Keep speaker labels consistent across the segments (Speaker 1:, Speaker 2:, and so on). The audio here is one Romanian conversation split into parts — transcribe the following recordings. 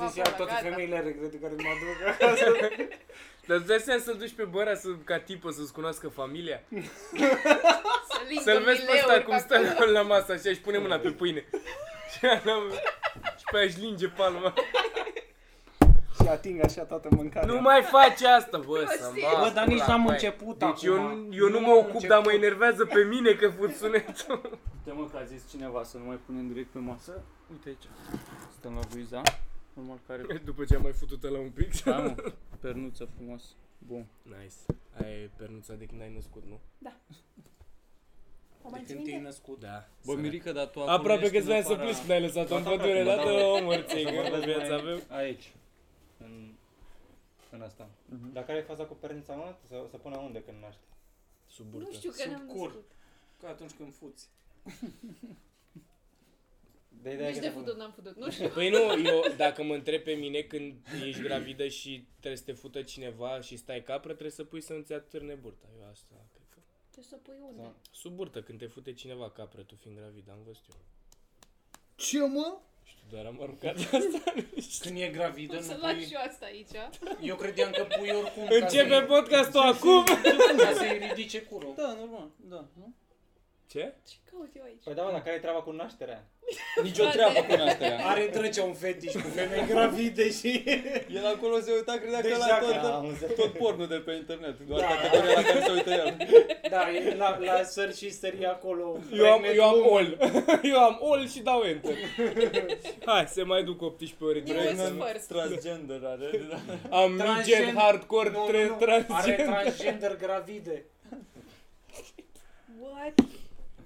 Speaker 1: și iar toate
Speaker 2: gata.
Speaker 1: femeile regrete care mă aduc acasă.
Speaker 3: Dar îți dai seama să-l duci pe bărea să, ca tipă să-ți cunoască familia?
Speaker 2: Să-l lingă
Speaker 3: Să-l vezi pe ăsta
Speaker 2: mileuri
Speaker 3: cum
Speaker 2: pe acolo.
Speaker 3: stă la masă așa și pune mâna pe pâine. Și ala mea- și pe aia își linge palma.
Speaker 1: și ating așa toată mâncarea.
Speaker 3: Nu mai faci asta, bă,
Speaker 2: Bă,
Speaker 3: să
Speaker 2: serios.
Speaker 1: Bă, dar nici n-am început
Speaker 3: Deci
Speaker 1: acum.
Speaker 3: eu, eu nu
Speaker 1: am
Speaker 3: mă ocup, dar mă
Speaker 1: început.
Speaker 3: enervează pe mine că fut sunetul.
Speaker 4: Uite mă că a zis cineva să nu mai punem direct pe masă.
Speaker 3: Uite aici.
Speaker 4: Stăm la Buiza. Normal care...
Speaker 3: După ce am mai futut la un pic.
Speaker 4: Da, mă. Pernuță frumos. Bun.
Speaker 3: Nice. Ai e pernuța de când ai născut, nu?
Speaker 2: O Da. mai
Speaker 1: De
Speaker 2: ții
Speaker 1: când te-ai
Speaker 2: minte?
Speaker 1: născut.
Speaker 3: Da.
Speaker 4: Bă, Mirica, dar tu acum
Speaker 3: Aproape
Speaker 4: ești
Speaker 3: că
Speaker 4: în
Speaker 3: îți voiam să
Speaker 4: afara-
Speaker 3: pleci când ai lăsat-o în
Speaker 4: Gata,
Speaker 3: pădure
Speaker 4: gata.
Speaker 3: la o mărței,
Speaker 4: Să
Speaker 3: că
Speaker 4: vorbesc
Speaker 3: viața
Speaker 4: mai
Speaker 3: avem.
Speaker 4: Aici. În, în asta.
Speaker 5: Dar care e faza cu părința mea? Să, să pună unde când naște?
Speaker 3: Sub
Speaker 2: Nu știu că
Speaker 1: Sub
Speaker 2: n-am
Speaker 1: cur.
Speaker 2: născut.
Speaker 1: Ca atunci când fuți.
Speaker 5: De ideea
Speaker 2: Nici
Speaker 5: că
Speaker 2: de
Speaker 5: te pun-
Speaker 2: futut n-am futut, nu știu.
Speaker 3: Păi nu, eu, dacă mă întreb pe mine când ești gravidă și trebuie să te fută cineva și stai capră, trebuie să pui să-mi atârne burta. Eu asta cred că...
Speaker 2: Trebuie să pui unde.
Speaker 1: Da.
Speaker 5: Sau-
Speaker 3: Sub burtă, când te fute cineva capră, tu fiind gravidă, am văzut eu.
Speaker 4: Ce, mă?
Speaker 3: Știu, doar am aruncat asta.
Speaker 1: Când e gravidă,
Speaker 2: O să
Speaker 1: nu
Speaker 2: lac
Speaker 1: pui...
Speaker 2: și eu asta aici.
Speaker 1: Eu credeam că pui oricum ca
Speaker 3: Începe
Speaker 1: să-i-
Speaker 3: podcastul acum!
Speaker 1: ca să-i ridice curul.
Speaker 4: Da, normal. Da, nu?
Speaker 3: Ce?
Speaker 2: Ce caut eu aici?
Speaker 5: Păi da, mă, dar care e treaba cu nașterea?
Speaker 4: Nici o treabă cu nașterea.
Speaker 1: Are drăcea un fetiș cu femei gravide și...
Speaker 4: El acolo se uita, credea
Speaker 1: Deci
Speaker 4: că la
Speaker 1: dacă-
Speaker 4: tot,
Speaker 5: Da, am înțeles.
Speaker 4: tot pornul de pe internet. Doar
Speaker 1: Da.
Speaker 4: categoria la care se uită el.
Speaker 1: Da, e la, la sări și sări acolo.
Speaker 3: Eu am,
Speaker 1: Pregnant
Speaker 3: eu am
Speaker 1: woman.
Speaker 3: all. Eu am all și dau enter. Hai, se mai duc 18 ore.
Speaker 2: Eu
Speaker 3: direct.
Speaker 2: sunt first.
Speaker 4: Transgender are. da.
Speaker 3: Am
Speaker 1: Transgen-
Speaker 3: midget, hardcore,
Speaker 1: Nu, nu,
Speaker 3: tre-
Speaker 1: nu. Are
Speaker 3: transgen.
Speaker 1: transgender gravide.
Speaker 2: What?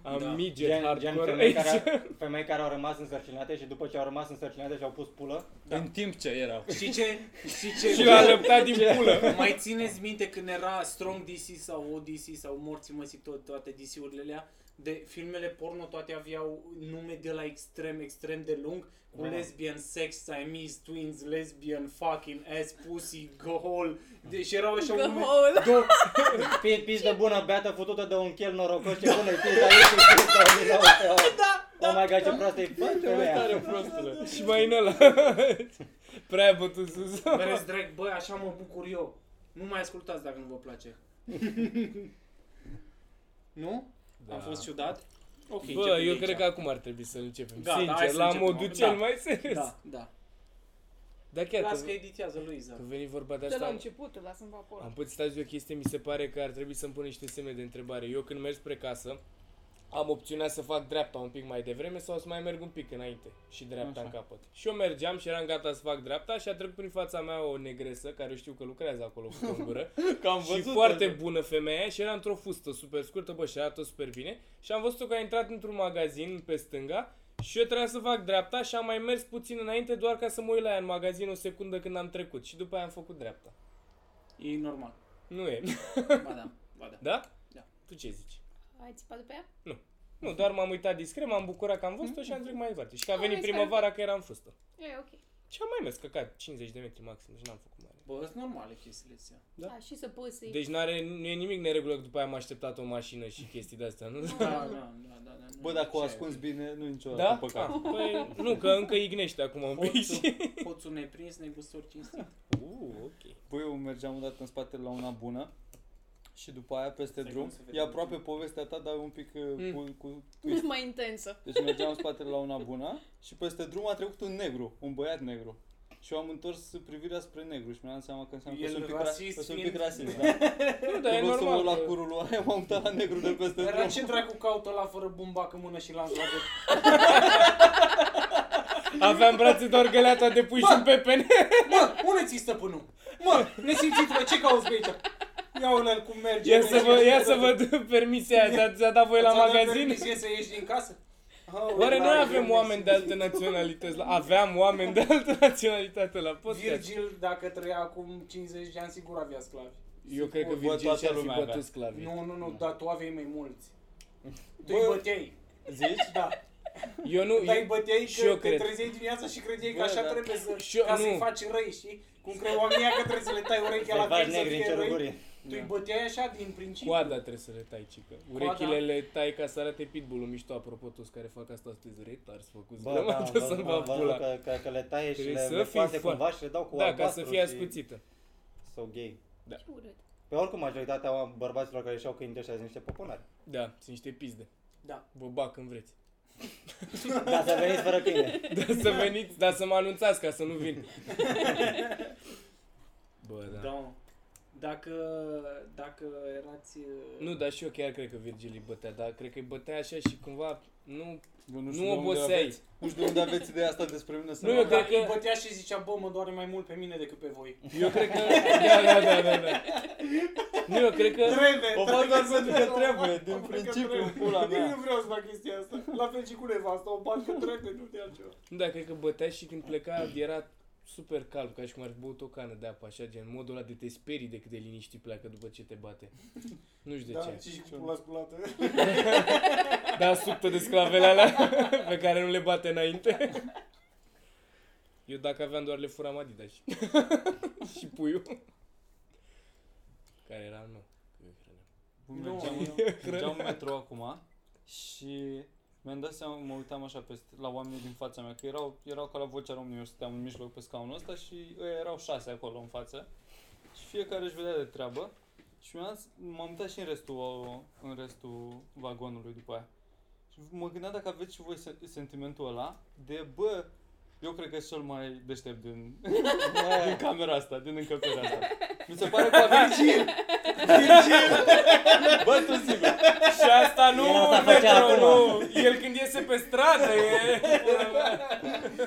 Speaker 3: Am
Speaker 1: Da.
Speaker 3: midget,
Speaker 5: Gen, gen
Speaker 3: hardcore.
Speaker 5: femei,
Speaker 3: aici.
Speaker 5: care, femei care au rămas însărcinate și după ce au rămas însărcinate și-au pus pulă.
Speaker 4: În timp ce era.
Speaker 1: Știi ce? Știi ce?
Speaker 3: Și l-a lăptat din pulă.
Speaker 1: Mai țineți minte când era Strong DC sau ODC sau Morții Măsii, tot, toate DC-urile alea? De filmele porno toate aveau nume de la extrem, extrem de lung cu
Speaker 5: Da.
Speaker 1: lesbian, sex, Siamese, twins, lesbian, fucking ass, pussy, gohol. Deci erau așa un nume...
Speaker 2: Goal.
Speaker 1: Do-
Speaker 5: Pi- Pizdă bună, beată futută de un chel norocos, ce bună e pizda aici, pizda aici, da, da, Oh my god, ce proastă e femeia. Păi
Speaker 4: Tare prostule.
Speaker 3: Și mai în ăla. Prea ai bătut sus.
Speaker 1: Mereu îți drag, bă, așa mă bucur eu. Nu mai ascultați dacă nu vă place. nu? Am fost ciudat? Ok,
Speaker 3: Bă,
Speaker 1: începem
Speaker 3: eu
Speaker 1: de
Speaker 3: cred
Speaker 1: aici.
Speaker 3: că acum ar trebui să începem.
Speaker 1: Da, da,
Speaker 3: Sincer,
Speaker 1: hai să
Speaker 3: la
Speaker 1: începem
Speaker 3: modul
Speaker 1: acum.
Speaker 3: cel
Speaker 1: Da.
Speaker 3: mai serios.
Speaker 1: Da, da.
Speaker 3: Dar chiar
Speaker 1: Las
Speaker 3: că,
Speaker 1: că editează Luiza.
Speaker 3: că veni vorba
Speaker 2: De
Speaker 3: de
Speaker 2: la
Speaker 3: asta,
Speaker 2: început, îl lasăm pe acolo.
Speaker 3: am pățit azi o chestie, mi se pare că ar trebui să-mi pun niște semne de întrebare. Eu când merg spre casă, am opțiunea să fac dreapta un pic mai devreme sau să mai merg un pic înainte și dreapta
Speaker 4: Așa.
Speaker 3: în capăt. Și eu mergeam și eram gata să fac dreapta și a trecut prin fața mea o negresă care știu că lucrează acolo cu o gură
Speaker 4: Că am
Speaker 3: și
Speaker 4: văzut.
Speaker 3: foarte bună femeia și era într-o fustă super scurtă, bă, și arată super bine. Și am văzut că a intrat într-un magazin pe stânga și eu trebuia să fac dreapta și am mai mers puțin înainte doar ca să mă uit la ea în magazin o secundă când am trecut și după aia am făcut dreapta.
Speaker 1: E normal.
Speaker 3: Nu e,
Speaker 1: Ba da, ba da.
Speaker 3: da?
Speaker 1: Da.
Speaker 3: Tu ce zici?
Speaker 2: Ai țipat după ea?
Speaker 3: Nu, doar m-am uitat discret, m-am bucurat că am văzut-o și am trecut mai departe. Și că a
Speaker 2: Ah,
Speaker 3: venit
Speaker 2: mi se pare
Speaker 3: primăvara că era în fustă.
Speaker 2: E, ok.
Speaker 3: Și am mai mers căcat 50 de metri maxim, deci n-am făcut mai mult.
Speaker 1: Bă, sunt normale chestiile astea.
Speaker 3: Da.
Speaker 2: A, și să pui să-i...
Speaker 3: Deci n-are, nu e nimic neregulă că după aia am așteptat o mașină și chestii de-astea, nu?
Speaker 1: Da, da, da, da, da.
Speaker 4: Bă, dacă o ascunzi bine, nu niciodată
Speaker 3: Da?
Speaker 4: păcat.
Speaker 3: Ah, păi, nu, că încă ignește acum un pic Păi și...
Speaker 1: Hoțul neprins, negustor cinstit.
Speaker 3: Uh, ok.
Speaker 4: Băi, eu mergeam odată în spatele la una bună și după aia peste
Speaker 1: Stai
Speaker 4: drum.
Speaker 1: cum se vede
Speaker 4: E
Speaker 1: din
Speaker 4: aproape
Speaker 1: film.
Speaker 4: povestea ta, dar e un pic uh,
Speaker 3: Mm.
Speaker 4: cu, cu twist.
Speaker 2: Mult mai intensă.
Speaker 4: Deci mergeam în spatele la una bună și peste drum a trecut un negru, un băiat negru. Și eu am întors privirea spre negru și mi-am dat seama că înseamnă că
Speaker 1: El
Speaker 4: sunt un pic
Speaker 1: rasist
Speaker 4: rasist. Sunt un pic
Speaker 1: fiind.
Speaker 4: rasist, da.
Speaker 3: Nu, dar
Speaker 4: Da,
Speaker 3: e
Speaker 4: e să mă
Speaker 3: normal.
Speaker 4: uit la
Speaker 3: că-
Speaker 4: curul lui aia, m-am uitat la negru de peste
Speaker 1: Era
Speaker 4: drum.
Speaker 1: ce dracu caută la fără bumbac în mână și l-am scăpat.
Speaker 3: Aveam brațe doar găleata de pui și un pepene.
Speaker 1: Mă, unde ți stăpânul? Mă, nesimțit, bă, ce cauți pe aici? Ia un cum merge.
Speaker 3: Ia
Speaker 1: cum
Speaker 3: să
Speaker 1: merge.
Speaker 3: vă, ia să vă dă permisia aia, dar ți-a dat voi la
Speaker 1: Ți-a dat
Speaker 3: magazin?
Speaker 1: permisie să ieși din casă? Oh,
Speaker 3: Oare
Speaker 1: la
Speaker 3: noi avem
Speaker 1: Virgil.
Speaker 3: oameni de alte naționalități? La... Aveam oameni de altă naționalitate la podcast.
Speaker 1: Virgil, dacă trăia acum 50 de ani, sigur avea sclavi.
Speaker 3: Eu cred că
Speaker 4: Bă,
Speaker 3: Virgil
Speaker 4: toată
Speaker 3: și-ar fi
Speaker 4: lumea avea.
Speaker 3: bătut sclavii.
Speaker 1: Nu, nu, nu, dar tu aveai mai mulți. Tu îi băteai.
Speaker 4: Zici?
Speaker 1: Da.
Speaker 3: Eu nu...
Speaker 1: Dar îi
Speaker 3: eu-
Speaker 1: băteai
Speaker 3: și
Speaker 1: că
Speaker 3: eu
Speaker 1: Păi, te
Speaker 3: cred.
Speaker 1: trezeai dimineața și credeai că
Speaker 4: Bă,
Speaker 1: așa
Speaker 4: da.
Speaker 1: trebuie să,
Speaker 3: Și eu-
Speaker 1: ca
Speaker 3: nu.
Speaker 1: să-i faci răi, știi? Cum creu oamenii ăia că trebuie să le tai urechea
Speaker 5: Să-i
Speaker 1: la
Speaker 5: faci
Speaker 1: cap să
Speaker 5: negri în Da.
Speaker 1: fie răi.
Speaker 5: ceruguri.
Speaker 1: Tu îi băteai așa din principiu.
Speaker 3: Coada trebuie să le tai, cică. Urechile le tai ca să arate pitbull mișto, apropo, toți care fac asta sunteți retarzi, făcuți
Speaker 5: Bă, da,
Speaker 3: grămadă să-mi va
Speaker 5: vă rog
Speaker 3: pula.
Speaker 5: că, că, că le taie și
Speaker 3: Trebuie
Speaker 5: le,
Speaker 3: să
Speaker 5: le
Speaker 3: fii
Speaker 5: coase
Speaker 3: fan.
Speaker 5: cumva și le dau cu
Speaker 3: Da, ca
Speaker 5: albastru
Speaker 3: să fie
Speaker 5: și-
Speaker 3: ascuțită.
Speaker 5: Sau gay.
Speaker 2: Ce urât.
Speaker 5: Pe oricum, majoritatea oam- bărbaților care și-au câini de ăștia sunt niște poponari.
Speaker 3: Da, sunt niște pizde.
Speaker 1: Da.
Speaker 3: Vă bag când vreți.
Speaker 5: Dar Da, să veniți fără câine.
Speaker 3: Da, să veniți, dar să mă anunțați ca să nu vin. Bă, da.
Speaker 1: da. mă. Dacă, dacă erați... uh,
Speaker 3: Nu, dar și eu chiar cred că Virgil îi bătea, dar cred că îi bătea așa și cumva nu,
Speaker 4: Eu
Speaker 3: nu,
Speaker 4: știu de unde
Speaker 3: oboseai.
Speaker 4: aveți- Nu știu de unde aveți ideea asta despre mine să
Speaker 3: Nu, eu
Speaker 1: Dar
Speaker 3: cred
Speaker 1: îi
Speaker 3: că...
Speaker 1: bătea și zicea, bă, mă doare mai mult pe mine decât pe voi.
Speaker 3: Eu cred că... Da, da, da, da, da. Nu, eu cred că...
Speaker 1: Trebuie!
Speaker 4: Da. O fac doar pentru că trebuie, din
Speaker 1: O fac că
Speaker 4: principiu, în
Speaker 1: trebuie.
Speaker 4: pula
Speaker 1: Eu
Speaker 4: mea.
Speaker 1: nu vreau să fac chestia asta. La fel și cu nevasta, o bag că trebuie, nu de altceva.
Speaker 3: Nu, dar cred că bătea și când pleca era super calm, ca și cum ar fi băut o cană de apă, așa, gen modul ăla de te sperii de cât de liniștit pleacă după ce te bate. Nu știu de
Speaker 1: da,
Speaker 3: ce.
Speaker 1: și și cu pula spulată.
Speaker 3: Da, subtă de sclavele alea pe care nu le bate înainte. Eu dacă aveam doar le furam Adidas și, și puiul. Care era al meu. Eu credeam.
Speaker 1: Nu,
Speaker 4: Mergeam,
Speaker 1: eu-
Speaker 4: mergeam în metro acum și mi-am dat seama, mă uitam așa peste, la oamenii din fața mea, că erau, erau ca la vocea României, eu stăteam în mijloc pe scaunul ăsta și ăia erau șase acolo în față și fiecare își vedea de treabă și mi-am dat- m-am uitat și în restul, în restul vagonului după aia. Și mă gândeam dacă aveți și voi se- sentimentul ăla de, bă, eu cred că e cel mai deștept din, din camera asta, din încăperea asta. Mi se pare că a venit și el. Bă, tu sigur.
Speaker 3: Și asta nu,
Speaker 5: El asta făcea
Speaker 3: metro, nu.
Speaker 5: acum.
Speaker 3: El când iese pe stradă e...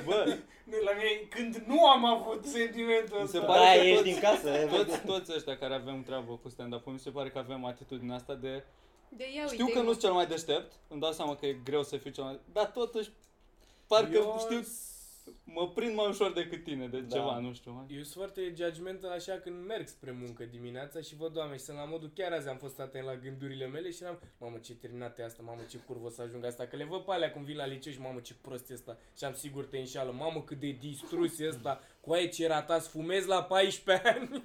Speaker 4: Bă,
Speaker 1: Nu, La mine, e când nu am avut sentimentul
Speaker 4: Mi se
Speaker 1: ăsta.
Speaker 4: pare
Speaker 5: Da,
Speaker 4: că
Speaker 5: ești
Speaker 4: toți-
Speaker 5: din casă.
Speaker 4: toți, toți ăștia care avem treabă cu stand-up, mi se pare că avem atitudinea asta de...
Speaker 2: De ia
Speaker 4: Știu
Speaker 2: uite
Speaker 4: că nu sunt cel mai deștept, îmi dau seama că e greu să fiu cel mai... Dar totuși, parcă
Speaker 3: Eu-
Speaker 4: știu... Mă prind mai ușor decât tine de
Speaker 5: Da.
Speaker 4: ceva, nu știu. Mai.
Speaker 3: Eu sunt foarte judgmental așa când merg spre muncă dimineața și văd oameni și sunt la modul chiar azi am fost atent la gândurile mele și eram mamă ce terminată e asta, mamă ce curvă o să ajung asta, că le văd pe alea cum vin la liceu și mamă ce prost e asta și am sigur te înșală, mamă cât de distrus e asta, cu aia ce ratat, fumez la 14 ani.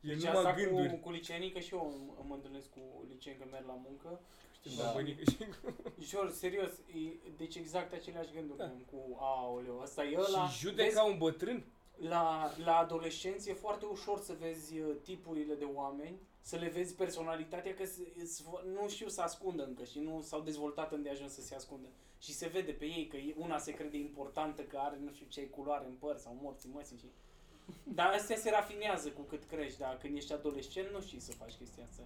Speaker 3: E
Speaker 1: Deci
Speaker 3: numai
Speaker 1: asta
Speaker 3: gânduri.
Speaker 1: cu, cu liceenii, că și eu m- mă întâlnesc cu liceni că merg la muncă.
Speaker 3: Știi,
Speaker 5: Da.
Speaker 3: mă, bănică și-
Speaker 1: Jur, serios, e, deci exact aceleași gânduri da. cu aoleu, asta e ăla.
Speaker 3: Și judec ca un bătrân.
Speaker 1: la, la adolescenți e foarte ușor să vezi uh, tipurile de oameni, să le vezi personalitatea, că s- s- nu știu să ascundă încă și nu s-au dezvoltat îndeajuns să se ascundă. Și se vede pe ei că e- una se crede importantă, că are nu știu ce culoare în păr sau morții măsii și... Dar astea se rafinează cu cât crești, dar când ești adolescent nu știi să faci chestia asta.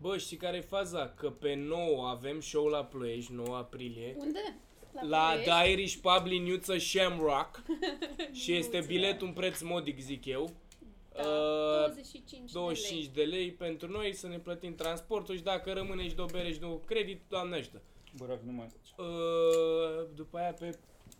Speaker 3: Bă, știi care e faza? Că pe 9 avem show la Ploiești, 9 aprilie.
Speaker 2: Unde?
Speaker 3: La
Speaker 2: Ploiești?
Speaker 3: The Irish Pub liniuță Shamrock și este bilet un preț modic, zic eu.
Speaker 2: Da,
Speaker 3: Uh,
Speaker 2: 25 de lei.
Speaker 3: 25 de lei pentru noi să ne plătim transportul și dacă rămâne și de o bere și de un credit, doamnește.
Speaker 4: Bă, nu mai...
Speaker 3: Uh, după aia pe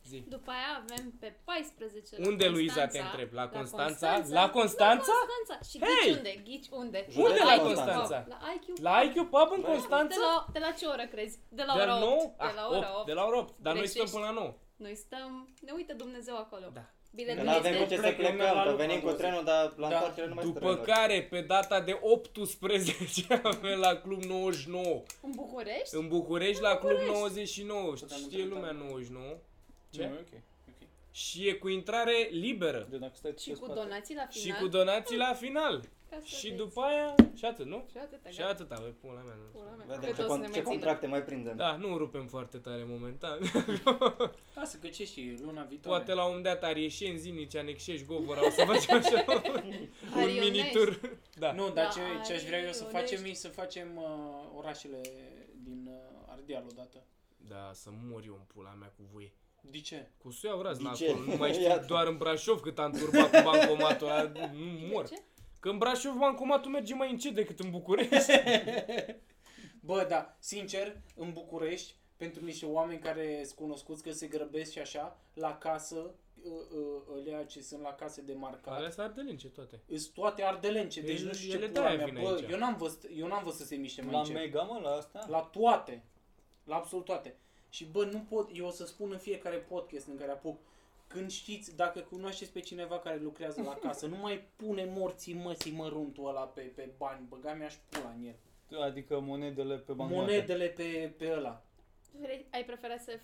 Speaker 3: zi.
Speaker 2: După aia avem pe 14 la
Speaker 3: Unde, Luiza,
Speaker 2: Constanța.
Speaker 3: te întreb? La Constanța? La Constanța?
Speaker 2: La Constanța. Și ghici
Speaker 3: Hei!
Speaker 2: unde? Ghici unde?
Speaker 5: Unde
Speaker 2: la
Speaker 5: la
Speaker 2: IQ
Speaker 3: Constanța?
Speaker 2: Pub. La IQ
Speaker 3: La IQ Pub în
Speaker 5: Bă,
Speaker 3: Constanța?
Speaker 2: de la, de la ce oră crezi? De la
Speaker 3: De
Speaker 2: ora 8.
Speaker 3: nouă?
Speaker 2: De la
Speaker 3: Ah,
Speaker 2: ora
Speaker 3: opt,
Speaker 2: 8.
Speaker 3: De la ora 8. Dar noi
Speaker 2: Greșești.
Speaker 3: stăm până la 9.
Speaker 2: Noi stăm, ne uită Dumnezeu acolo.
Speaker 3: Da.
Speaker 5: Că
Speaker 2: Biletul
Speaker 5: nu avem cu
Speaker 2: este...
Speaker 5: ce să
Speaker 1: Plec lumea la
Speaker 5: plecăm, că
Speaker 1: lucru,
Speaker 5: venim cu
Speaker 1: auzi.
Speaker 5: trenul, dar la
Speaker 1: Da.
Speaker 5: întoarcere nu mai sunt
Speaker 3: După
Speaker 5: trenuri.
Speaker 3: care, pe data de 18 avem la Club 99.
Speaker 2: În București?
Speaker 3: În București, la Club
Speaker 2: București.
Speaker 3: 99.
Speaker 1: Puteam
Speaker 3: Știe
Speaker 1: întrebat.
Speaker 3: lumea 99. Ce?
Speaker 4: Ce? Nu, e ok. ok.
Speaker 3: Și e cu intrare liberă.
Speaker 4: De dacă stai tu
Speaker 2: Și
Speaker 4: pe
Speaker 2: cu
Speaker 4: spate.
Speaker 2: donații la
Speaker 3: Și
Speaker 2: final.
Speaker 3: cu donații la final.
Speaker 2: Ca să
Speaker 3: Și
Speaker 2: vezi.
Speaker 3: după aia, și atât, nu?
Speaker 2: Și atâta,
Speaker 3: Și
Speaker 2: Da, gata.
Speaker 3: atâta, băi, pula mea, nu.
Speaker 2: Pula mea,
Speaker 5: Vedem
Speaker 2: cât
Speaker 5: ce,
Speaker 2: o să ne
Speaker 5: con-
Speaker 2: mai
Speaker 5: ce
Speaker 2: țină.
Speaker 5: contracte mai prindem.
Speaker 3: Da, nu rupem foarte tare momentan.
Speaker 2: Da.
Speaker 1: Lasă că ce și luna viitoare.
Speaker 3: Poate la un moment dat Arieșeni, Zinici, Anexești, Govora, o să facem așa un
Speaker 2: Arionești.
Speaker 3: mini-tur. Da.
Speaker 1: Nu, dar
Speaker 2: Da,
Speaker 1: ce, ce aș vrea eu să
Speaker 2: ai,
Speaker 1: facem
Speaker 2: onești.
Speaker 1: e să facem uh, orașele din uh, Ardeal odată.
Speaker 3: Da, să mor eu în pula mea cu voi.
Speaker 1: De ce?
Speaker 3: Cu suia uraz la
Speaker 5: De ce?
Speaker 3: acolo, nu mai știu
Speaker 5: Iată.
Speaker 3: doar în Brașov cât am turbat cu bancomatul ăla, nu
Speaker 2: De
Speaker 3: mor.
Speaker 2: ce?
Speaker 3: Că în Brașov bancomatul merge mai încet decât în București.
Speaker 1: Bă, da, sincer, în București, pentru niște oameni care sunt cunoscuți că se grăbesc și așa, la casă, ă, ălea ce sunt la case de
Speaker 3: Alea
Speaker 1: marcat,
Speaker 3: sunt ardelince toate.
Speaker 1: sunt toate ardelence, deci
Speaker 3: Ele-
Speaker 1: nu știu ce
Speaker 3: Păi ele
Speaker 1: pula
Speaker 3: de-aia
Speaker 1: mea,
Speaker 3: vin
Speaker 1: bă,
Speaker 3: aici.
Speaker 1: eu n-am văzut, eu n-am văzut să se miște mai
Speaker 4: La
Speaker 1: încet.
Speaker 4: mega, mă, la asta?
Speaker 1: La toate. La absolut toate. Și bă, nu pot, eu o să spun în fiecare podcast în care apuc, Când știți, dacă cunoașteți pe cineva care lucrează la casă, nu mai pune morții măsii măruntul ăla pe, pe bani, băga mi-aș pula în el.
Speaker 4: Adică monedele pe bancnote.
Speaker 1: Monedele pe, pe ăla.
Speaker 2: Vrei- Ai preferat să... f-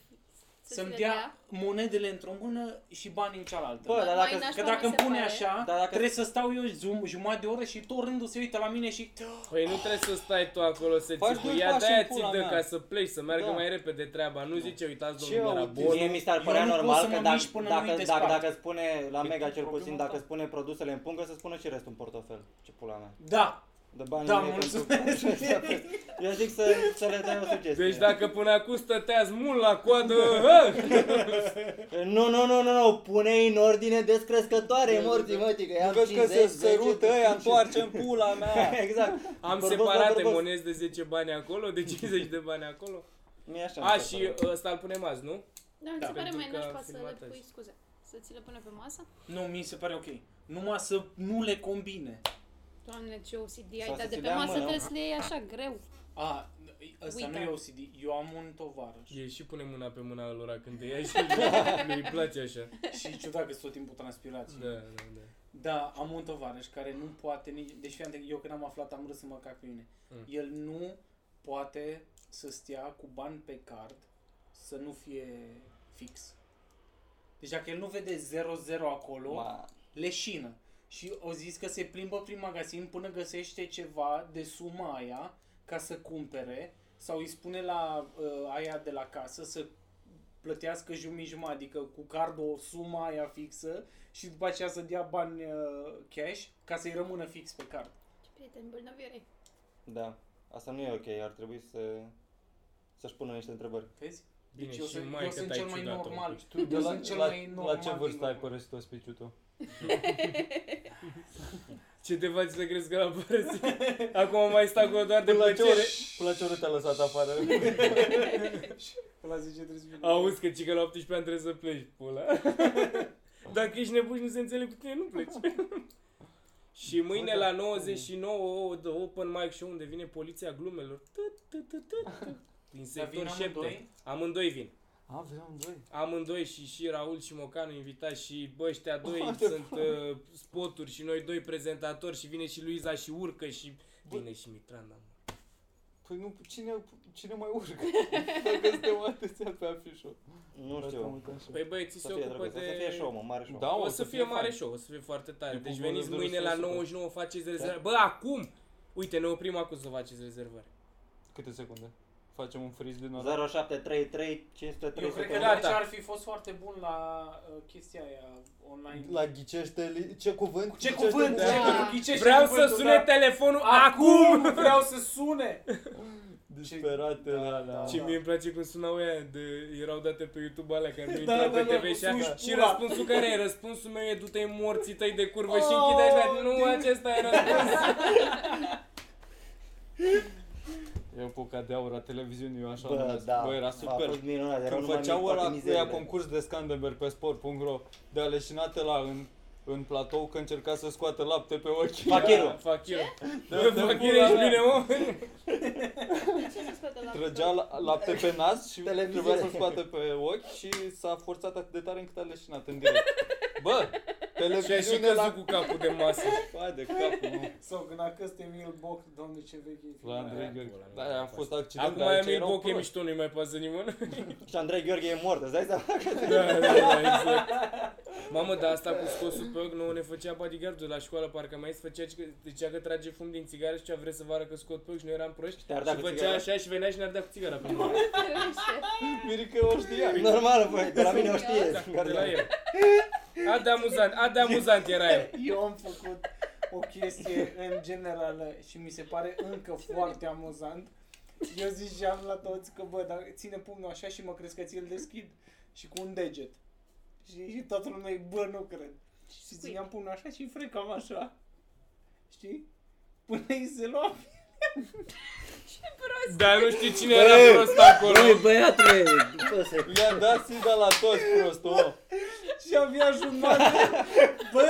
Speaker 2: să
Speaker 1: Să-mi
Speaker 2: ți le
Speaker 1: dea monedele într-o mână și bani în cealaltă. Da.
Speaker 5: Bă, dar
Speaker 2: Mai
Speaker 5: dacă-
Speaker 2: nașpa
Speaker 1: Că dacă
Speaker 2: mi
Speaker 1: îmi
Speaker 2: se
Speaker 1: pune
Speaker 2: pare.
Speaker 1: așa,
Speaker 5: Dar dacă-
Speaker 1: trebuie să stau eu zoom jumătate de oră și tot rândul se uită la mine și...
Speaker 3: Păi nu trebuie să stai tu acolo să
Speaker 4: Faci
Speaker 3: ții
Speaker 4: doi
Speaker 3: ea
Speaker 4: pași
Speaker 3: de aia
Speaker 4: în pula
Speaker 3: ți dă
Speaker 4: mea.
Speaker 3: ca să pleci, să meargă
Speaker 4: Da.
Speaker 3: mai repede treaba, nu zice uitați
Speaker 4: Ce
Speaker 3: domnul Barabon.
Speaker 4: autism?
Speaker 5: Mie mi s-ar
Speaker 1: Eu
Speaker 5: părea
Speaker 1: nu pot să
Speaker 5: normal
Speaker 1: mă
Speaker 5: că dacă,
Speaker 1: mișc până nu-i
Speaker 5: dacă, dacă,
Speaker 1: despart.
Speaker 5: dacă spune la
Speaker 4: E
Speaker 5: Mega cel
Speaker 4: problema
Speaker 5: puțin,
Speaker 4: ta.
Speaker 5: dacă spune produsele în pungă, să spună și restul în portofel. Ce pula mea.
Speaker 1: Da!
Speaker 5: De bani
Speaker 1: Da,
Speaker 5: mei
Speaker 1: mulțumesc.
Speaker 5: pentru... Eu zic să, să le dai o sugestie.
Speaker 3: Deci dacă până acum stăteați mult la coadă, hă!
Speaker 5: Nu, nu, nu, nu, nu, pune-i în ordine descrescătoare, morții, mă, că
Speaker 4: Nu
Speaker 5: i-am
Speaker 4: vezi că
Speaker 5: 50,
Speaker 4: se sărută
Speaker 5: 10,
Speaker 4: ăia, întoarce în pula mea.
Speaker 5: Exact.
Speaker 3: am
Speaker 5: Bărbos la
Speaker 3: separate
Speaker 5: bărbos.
Speaker 3: monezi de 10 bani acolo, de 50 de bani acolo.
Speaker 5: Mie
Speaker 4: Da,
Speaker 5: așa. mi
Speaker 3: A,
Speaker 5: se
Speaker 3: și
Speaker 5: pare.
Speaker 3: ăsta îl punem azi, nu?
Speaker 2: Da, mi se pare
Speaker 3: Pentru
Speaker 2: mai
Speaker 3: că
Speaker 2: nașpa
Speaker 3: a
Speaker 2: să
Speaker 3: filmat
Speaker 2: le
Speaker 3: azi.
Speaker 2: pui scuze. Să ți le pune pe masă?
Speaker 1: Nu, mi se pare ok. Numai să nu le combine.
Speaker 2: Doamne, ce OCD
Speaker 5: Sau
Speaker 2: ai,
Speaker 5: să
Speaker 2: dar de
Speaker 5: ți
Speaker 2: pe
Speaker 5: le ia în
Speaker 2: masă
Speaker 5: mână.
Speaker 2: trebuie să le iei așa greu.
Speaker 1: A, ăsta
Speaker 2: Uita.
Speaker 1: nu e OCD. Eu am un tovarăș.
Speaker 3: Ei și pune mâna pe mâna lor când te ia și lui îi place așa.
Speaker 1: Și ciudat că sunt tot timpul transpirație.
Speaker 3: Da, da, da.
Speaker 1: Da, am un tovarăș care nu poate nici... Deci fii atent, eu când am aflat am râs să mă cac pe mine.
Speaker 3: Mm.
Speaker 1: El nu poate să stea cu bani pe card să nu fie fix. Deci dacă el nu vede 0-0 acolo,
Speaker 5: Ma,
Speaker 1: leșină. Și o zis că se plimbă prin magazin până găsește ceva de suma aia ca să cumpere sau îi spune la uh, aia de la casă să plătească jumii jumătate, adică cu cardul o sumă aia fixă și după aceea să dea bani uh, cash ca să-i rămână fix pe card.
Speaker 2: Ce prieteni bolnavi erai.
Speaker 5: da. Asta nu e ok, ar trebui să... Să-și pună niște întrebări.
Speaker 1: Vezi?
Speaker 3: Bine,
Speaker 1: Deci eu,
Speaker 3: și
Speaker 1: sunt-
Speaker 3: mai
Speaker 1: eu
Speaker 3: că
Speaker 1: sunt
Speaker 3: te-ai
Speaker 1: cel mai
Speaker 3: ciudat-o un
Speaker 1: normal.
Speaker 3: pic.
Speaker 1: Eu
Speaker 4: De la,
Speaker 1: sunt cel
Speaker 4: la,
Speaker 1: mai normal
Speaker 4: la ce
Speaker 1: din
Speaker 4: vârstă ai
Speaker 1: lume.
Speaker 4: părăsit ospiciul tu?
Speaker 3: Ce te faci să crezi că la părăsit? Acum mai sta cu doar de
Speaker 4: Până la ce oră,
Speaker 3: plăcere.
Speaker 4: până la ce oră te-a lăsat afară?
Speaker 1: Ăla zice trebuie să vină.
Speaker 3: Auzi că cică la 18 ani trebuie să pleci, pula. Dacă ești nebun și nu se înțeleg cu tine, nu pleci. și mâine la 99 o- de open mic show unde vine poliția glumelor. Tut, tut, tut, tut, tut. Din
Speaker 1: Dar vin
Speaker 3: sector
Speaker 1: amândoi?
Speaker 3: 7. Amândoi vin.
Speaker 4: Aveam doi.
Speaker 3: Amândoi și și Raul și Mocanu invitați și bă, ăștia doi
Speaker 4: What the
Speaker 3: sunt uh, spoturi și noi doi prezentatori și vine și Luiza și urcă și
Speaker 4: Bă.
Speaker 3: vine și Mitran. da, mă.
Speaker 4: Păi nu, cine, cine mai urcă? Dacă suntem atâția pe afișul.
Speaker 5: Nu
Speaker 4: uh,
Speaker 5: știu.
Speaker 3: Păi băieții
Speaker 5: Să
Speaker 3: se
Speaker 5: fie
Speaker 3: ocupă
Speaker 5: drăguț, să fie
Speaker 3: de...
Speaker 5: show, mă, mare show.
Speaker 4: Da,
Speaker 3: O să fie mare
Speaker 4: fain.
Speaker 3: show, o să fie foarte tare.
Speaker 4: Eu
Speaker 3: Deci
Speaker 4: cu
Speaker 3: veniți
Speaker 4: vânzările
Speaker 3: mâine
Speaker 4: sunt
Speaker 3: la
Speaker 4: super.
Speaker 3: 99, faceți rezervare. Bă, acum! Uite, ne oprim acum să faceți rezervare.
Speaker 4: Câte secunde? Facem un freeze din ora?
Speaker 5: 0733 503
Speaker 1: Eu cred că
Speaker 3: Gata.
Speaker 1: Gata. ar fi fost foarte bun la uh, chestia aia online.
Speaker 4: La ghicește, ce cuvânt?
Speaker 1: Ce cuvânt?
Speaker 2: Da.
Speaker 1: Ce- ghicește
Speaker 3: Vreau să
Speaker 1: cuvântul,
Speaker 3: sune
Speaker 1: da.
Speaker 3: telefonul acum!
Speaker 1: Acum Da. vreau să sune!
Speaker 4: Disperate
Speaker 1: Da,
Speaker 4: la
Speaker 1: da.
Speaker 4: la...
Speaker 3: Ce mie îmi place cum sunau ăia, de, erau date pe YouTube alea care nu
Speaker 1: Da,
Speaker 3: intrau
Speaker 1: da,
Speaker 3: pe
Speaker 1: da,
Speaker 3: TV și
Speaker 1: cu
Speaker 3: așa.
Speaker 1: suși
Speaker 3: Și
Speaker 1: pula.
Speaker 3: răspunsul care e? Răspunsul meu e du-te morții tăi de curvă și
Speaker 1: Oh,
Speaker 3: închide așa. Nu,
Speaker 1: din-
Speaker 3: acesta e răspunsul.
Speaker 4: Eu puca de aura televiziunii, eu așa
Speaker 5: Bă,
Speaker 4: numesc.
Speaker 5: da.
Speaker 4: Bă, era
Speaker 5: A
Speaker 4: super.
Speaker 5: fost minunat, erau
Speaker 4: Când
Speaker 5: numai
Speaker 4: făceau
Speaker 5: mici toate
Speaker 4: ăla cu ea
Speaker 5: mizerile.
Speaker 4: concurs de Scandenberg pe sport.ro de aleșinate la în, în platou că încerca să scoată lapte pe ochi.
Speaker 5: Fachiru.
Speaker 3: Fac eu.
Speaker 4: Da, da,
Speaker 3: Fac
Speaker 4: pula
Speaker 3: ești
Speaker 4: mea.
Speaker 3: bine, mă?
Speaker 2: Ce să scoate la
Speaker 4: Trăgea la- lapte pe nas și
Speaker 5: Televiziune.
Speaker 4: trebuia să scoată pe ochi și s-a forțat atât de tare încât a leșinat în direct. Bă,
Speaker 3: Și ai și
Speaker 4: televiziune
Speaker 3: căzut
Speaker 4: la...
Speaker 3: cu capul de masă.
Speaker 4: Hai de capul, nu.
Speaker 1: Sau când a căste mil boc, domne ce vechi e
Speaker 4: La
Speaker 1: filmul
Speaker 4: Andrei
Speaker 1: ăla.
Speaker 4: Gheorghe.
Speaker 3: pula mea,
Speaker 4: Da, aia a
Speaker 3: da,
Speaker 4: fost accident,
Speaker 3: Acum
Speaker 4: dar
Speaker 3: e
Speaker 4: aici
Speaker 3: mic
Speaker 4: erau
Speaker 3: boche
Speaker 4: proști.
Speaker 3: mișto, nu-i mai pasă nimănui.
Speaker 5: Și Andrei Gheorghe e mort, îți dai seama?
Speaker 3: Da, da, da, exact. Mamă, dar asta cu scosul pe ochi nouă ne făcea bodyguardul la școală, parcă mai făcea că, zicea că trage fum din țigară și ce vrea să vă arăt că scot pe ochi și noi eram proști.
Speaker 5: te ardea
Speaker 3: și
Speaker 5: cu
Speaker 3: făcea
Speaker 5: țigara.
Speaker 3: așa și venea și ne ardea cu țigara pe mână.
Speaker 4: Mirica o știa.
Speaker 5: Normal, băi, de la mine o
Speaker 3: Da,
Speaker 5: știe.
Speaker 3: de la el. A de amuzant, a de amuzant era el.
Speaker 1: Eu am făcut o chestie în generală și mi se pare încă foarte amuzant. Eu ziceam la toți că, bă, dar ține pumnul așa și mă crezi că ți-l deschid și cu un deget. Și, și toată lumea e, bă, nu cred. Și țineam pumnul așa și frecam așa. Știi? Până îi se lua
Speaker 3: Dar nu știu cine era prost acolo.
Speaker 5: băiatule, bă, se-
Speaker 4: I-a dat sida la toți prost, om.
Speaker 1: Și avea jumătate. Bă,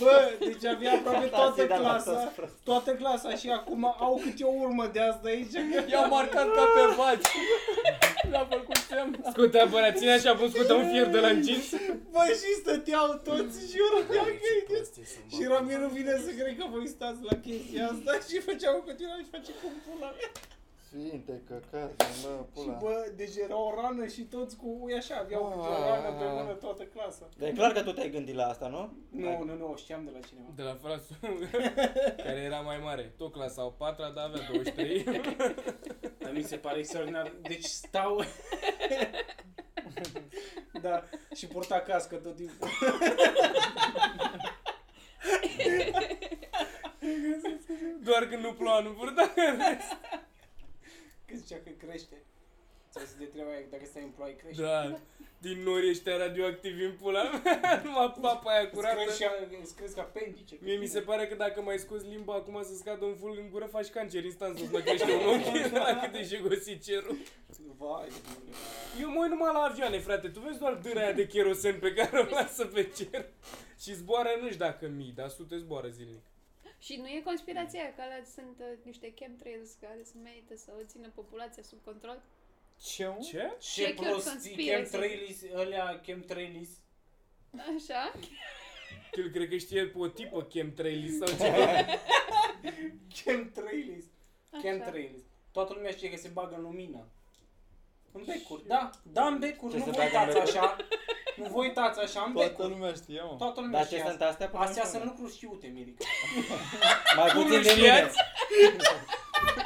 Speaker 1: bă, deci avea aproape toată
Speaker 5: Da,
Speaker 1: clasa. Toată clasa și acum au câte o urmă de asta aici.
Speaker 4: I-a marcat ca pe vaci. L-a făcut semn.
Speaker 3: Scută apărea, ține așa, pun scută un fier de la încins.
Speaker 1: Bă, și stăteau toți și eu râdeam că e de- Și
Speaker 6: era
Speaker 1: eram eu nu vine să cred că vă uitați la chestia asta și făceam în continuare și face cum pula mea.
Speaker 6: Sfinte, căcați, mă,
Speaker 1: Și
Speaker 6: pula.
Speaker 1: bă, deci era o rană și toți cu ui așa, aveau câte o
Speaker 6: Ah.
Speaker 1: rană pe mână toată clasa.
Speaker 5: Dar e clar că tu te-ai gândit la asta, nu?
Speaker 1: Nu, nu, nu, știam de la cineva.
Speaker 3: De la frasul care era mai mare. Tot clasa a patra, dar avea 23.
Speaker 1: Dar mi se pare extraordinar. Deci stau... da, și purta cască tot timpul.
Speaker 3: Doar când nu ploua, nu purta.
Speaker 1: Că zicea că crește. Sau să te treaba aia, dacă stai în ploaie, crește.
Speaker 3: Da, din nori ăștia radioactivi în pula mea, numai papa aia
Speaker 1: Îți crezi și
Speaker 3: curată.
Speaker 1: îți crezi ca pendice.
Speaker 3: Mie mi se pare că dacă mai scoți limba acum să scadă un fulg în gură, faci cancer instant să-ți plăcește un ochi de la cât de jegosit cerul.
Speaker 1: Vai, Dumnezeu.
Speaker 3: Eu mă uit numai la avioane, frate, tu vezi doar dâra aia de cherosen pe care o lasă pe cer și zboară nu știu dacă mii, dar sute zboară zilnic.
Speaker 2: Și nu e conspirația aia că alea sunt uh, niște chemtrails care se merită să o țină populația sub control?
Speaker 4: Ce? mă?
Speaker 3: Ce?
Speaker 1: Ce
Speaker 2: Check your
Speaker 1: prostii,
Speaker 2: conspiracy.
Speaker 1: chemtrailis, ălea chemtrailis.
Speaker 2: Așa?
Speaker 3: El cred că știe pe o tipă chemtrailist sau ceva.
Speaker 1: Chemtrailis.
Speaker 2: Așa.
Speaker 1: Chemtrailis. Toată lumea știe că se bagă în lumină. În becuri, da, da, în becuri,
Speaker 5: Ce
Speaker 1: nu
Speaker 5: se
Speaker 1: vă
Speaker 5: bagă în
Speaker 1: uitați așa. Nu vă uitați așa, în
Speaker 4: Toată
Speaker 1: becuri.
Speaker 4: lumea știa, mă.
Speaker 1: Toată lumea
Speaker 5: Dar ce
Speaker 1: știe
Speaker 5: sunt
Speaker 1: asta.
Speaker 5: astea? până
Speaker 1: Astea
Speaker 5: în
Speaker 1: sunt
Speaker 5: urmă?
Speaker 1: lucruri știute, Mirica.
Speaker 5: Mai
Speaker 3: Cum
Speaker 5: puțin
Speaker 3: nu
Speaker 5: de mine.
Speaker 3: știați?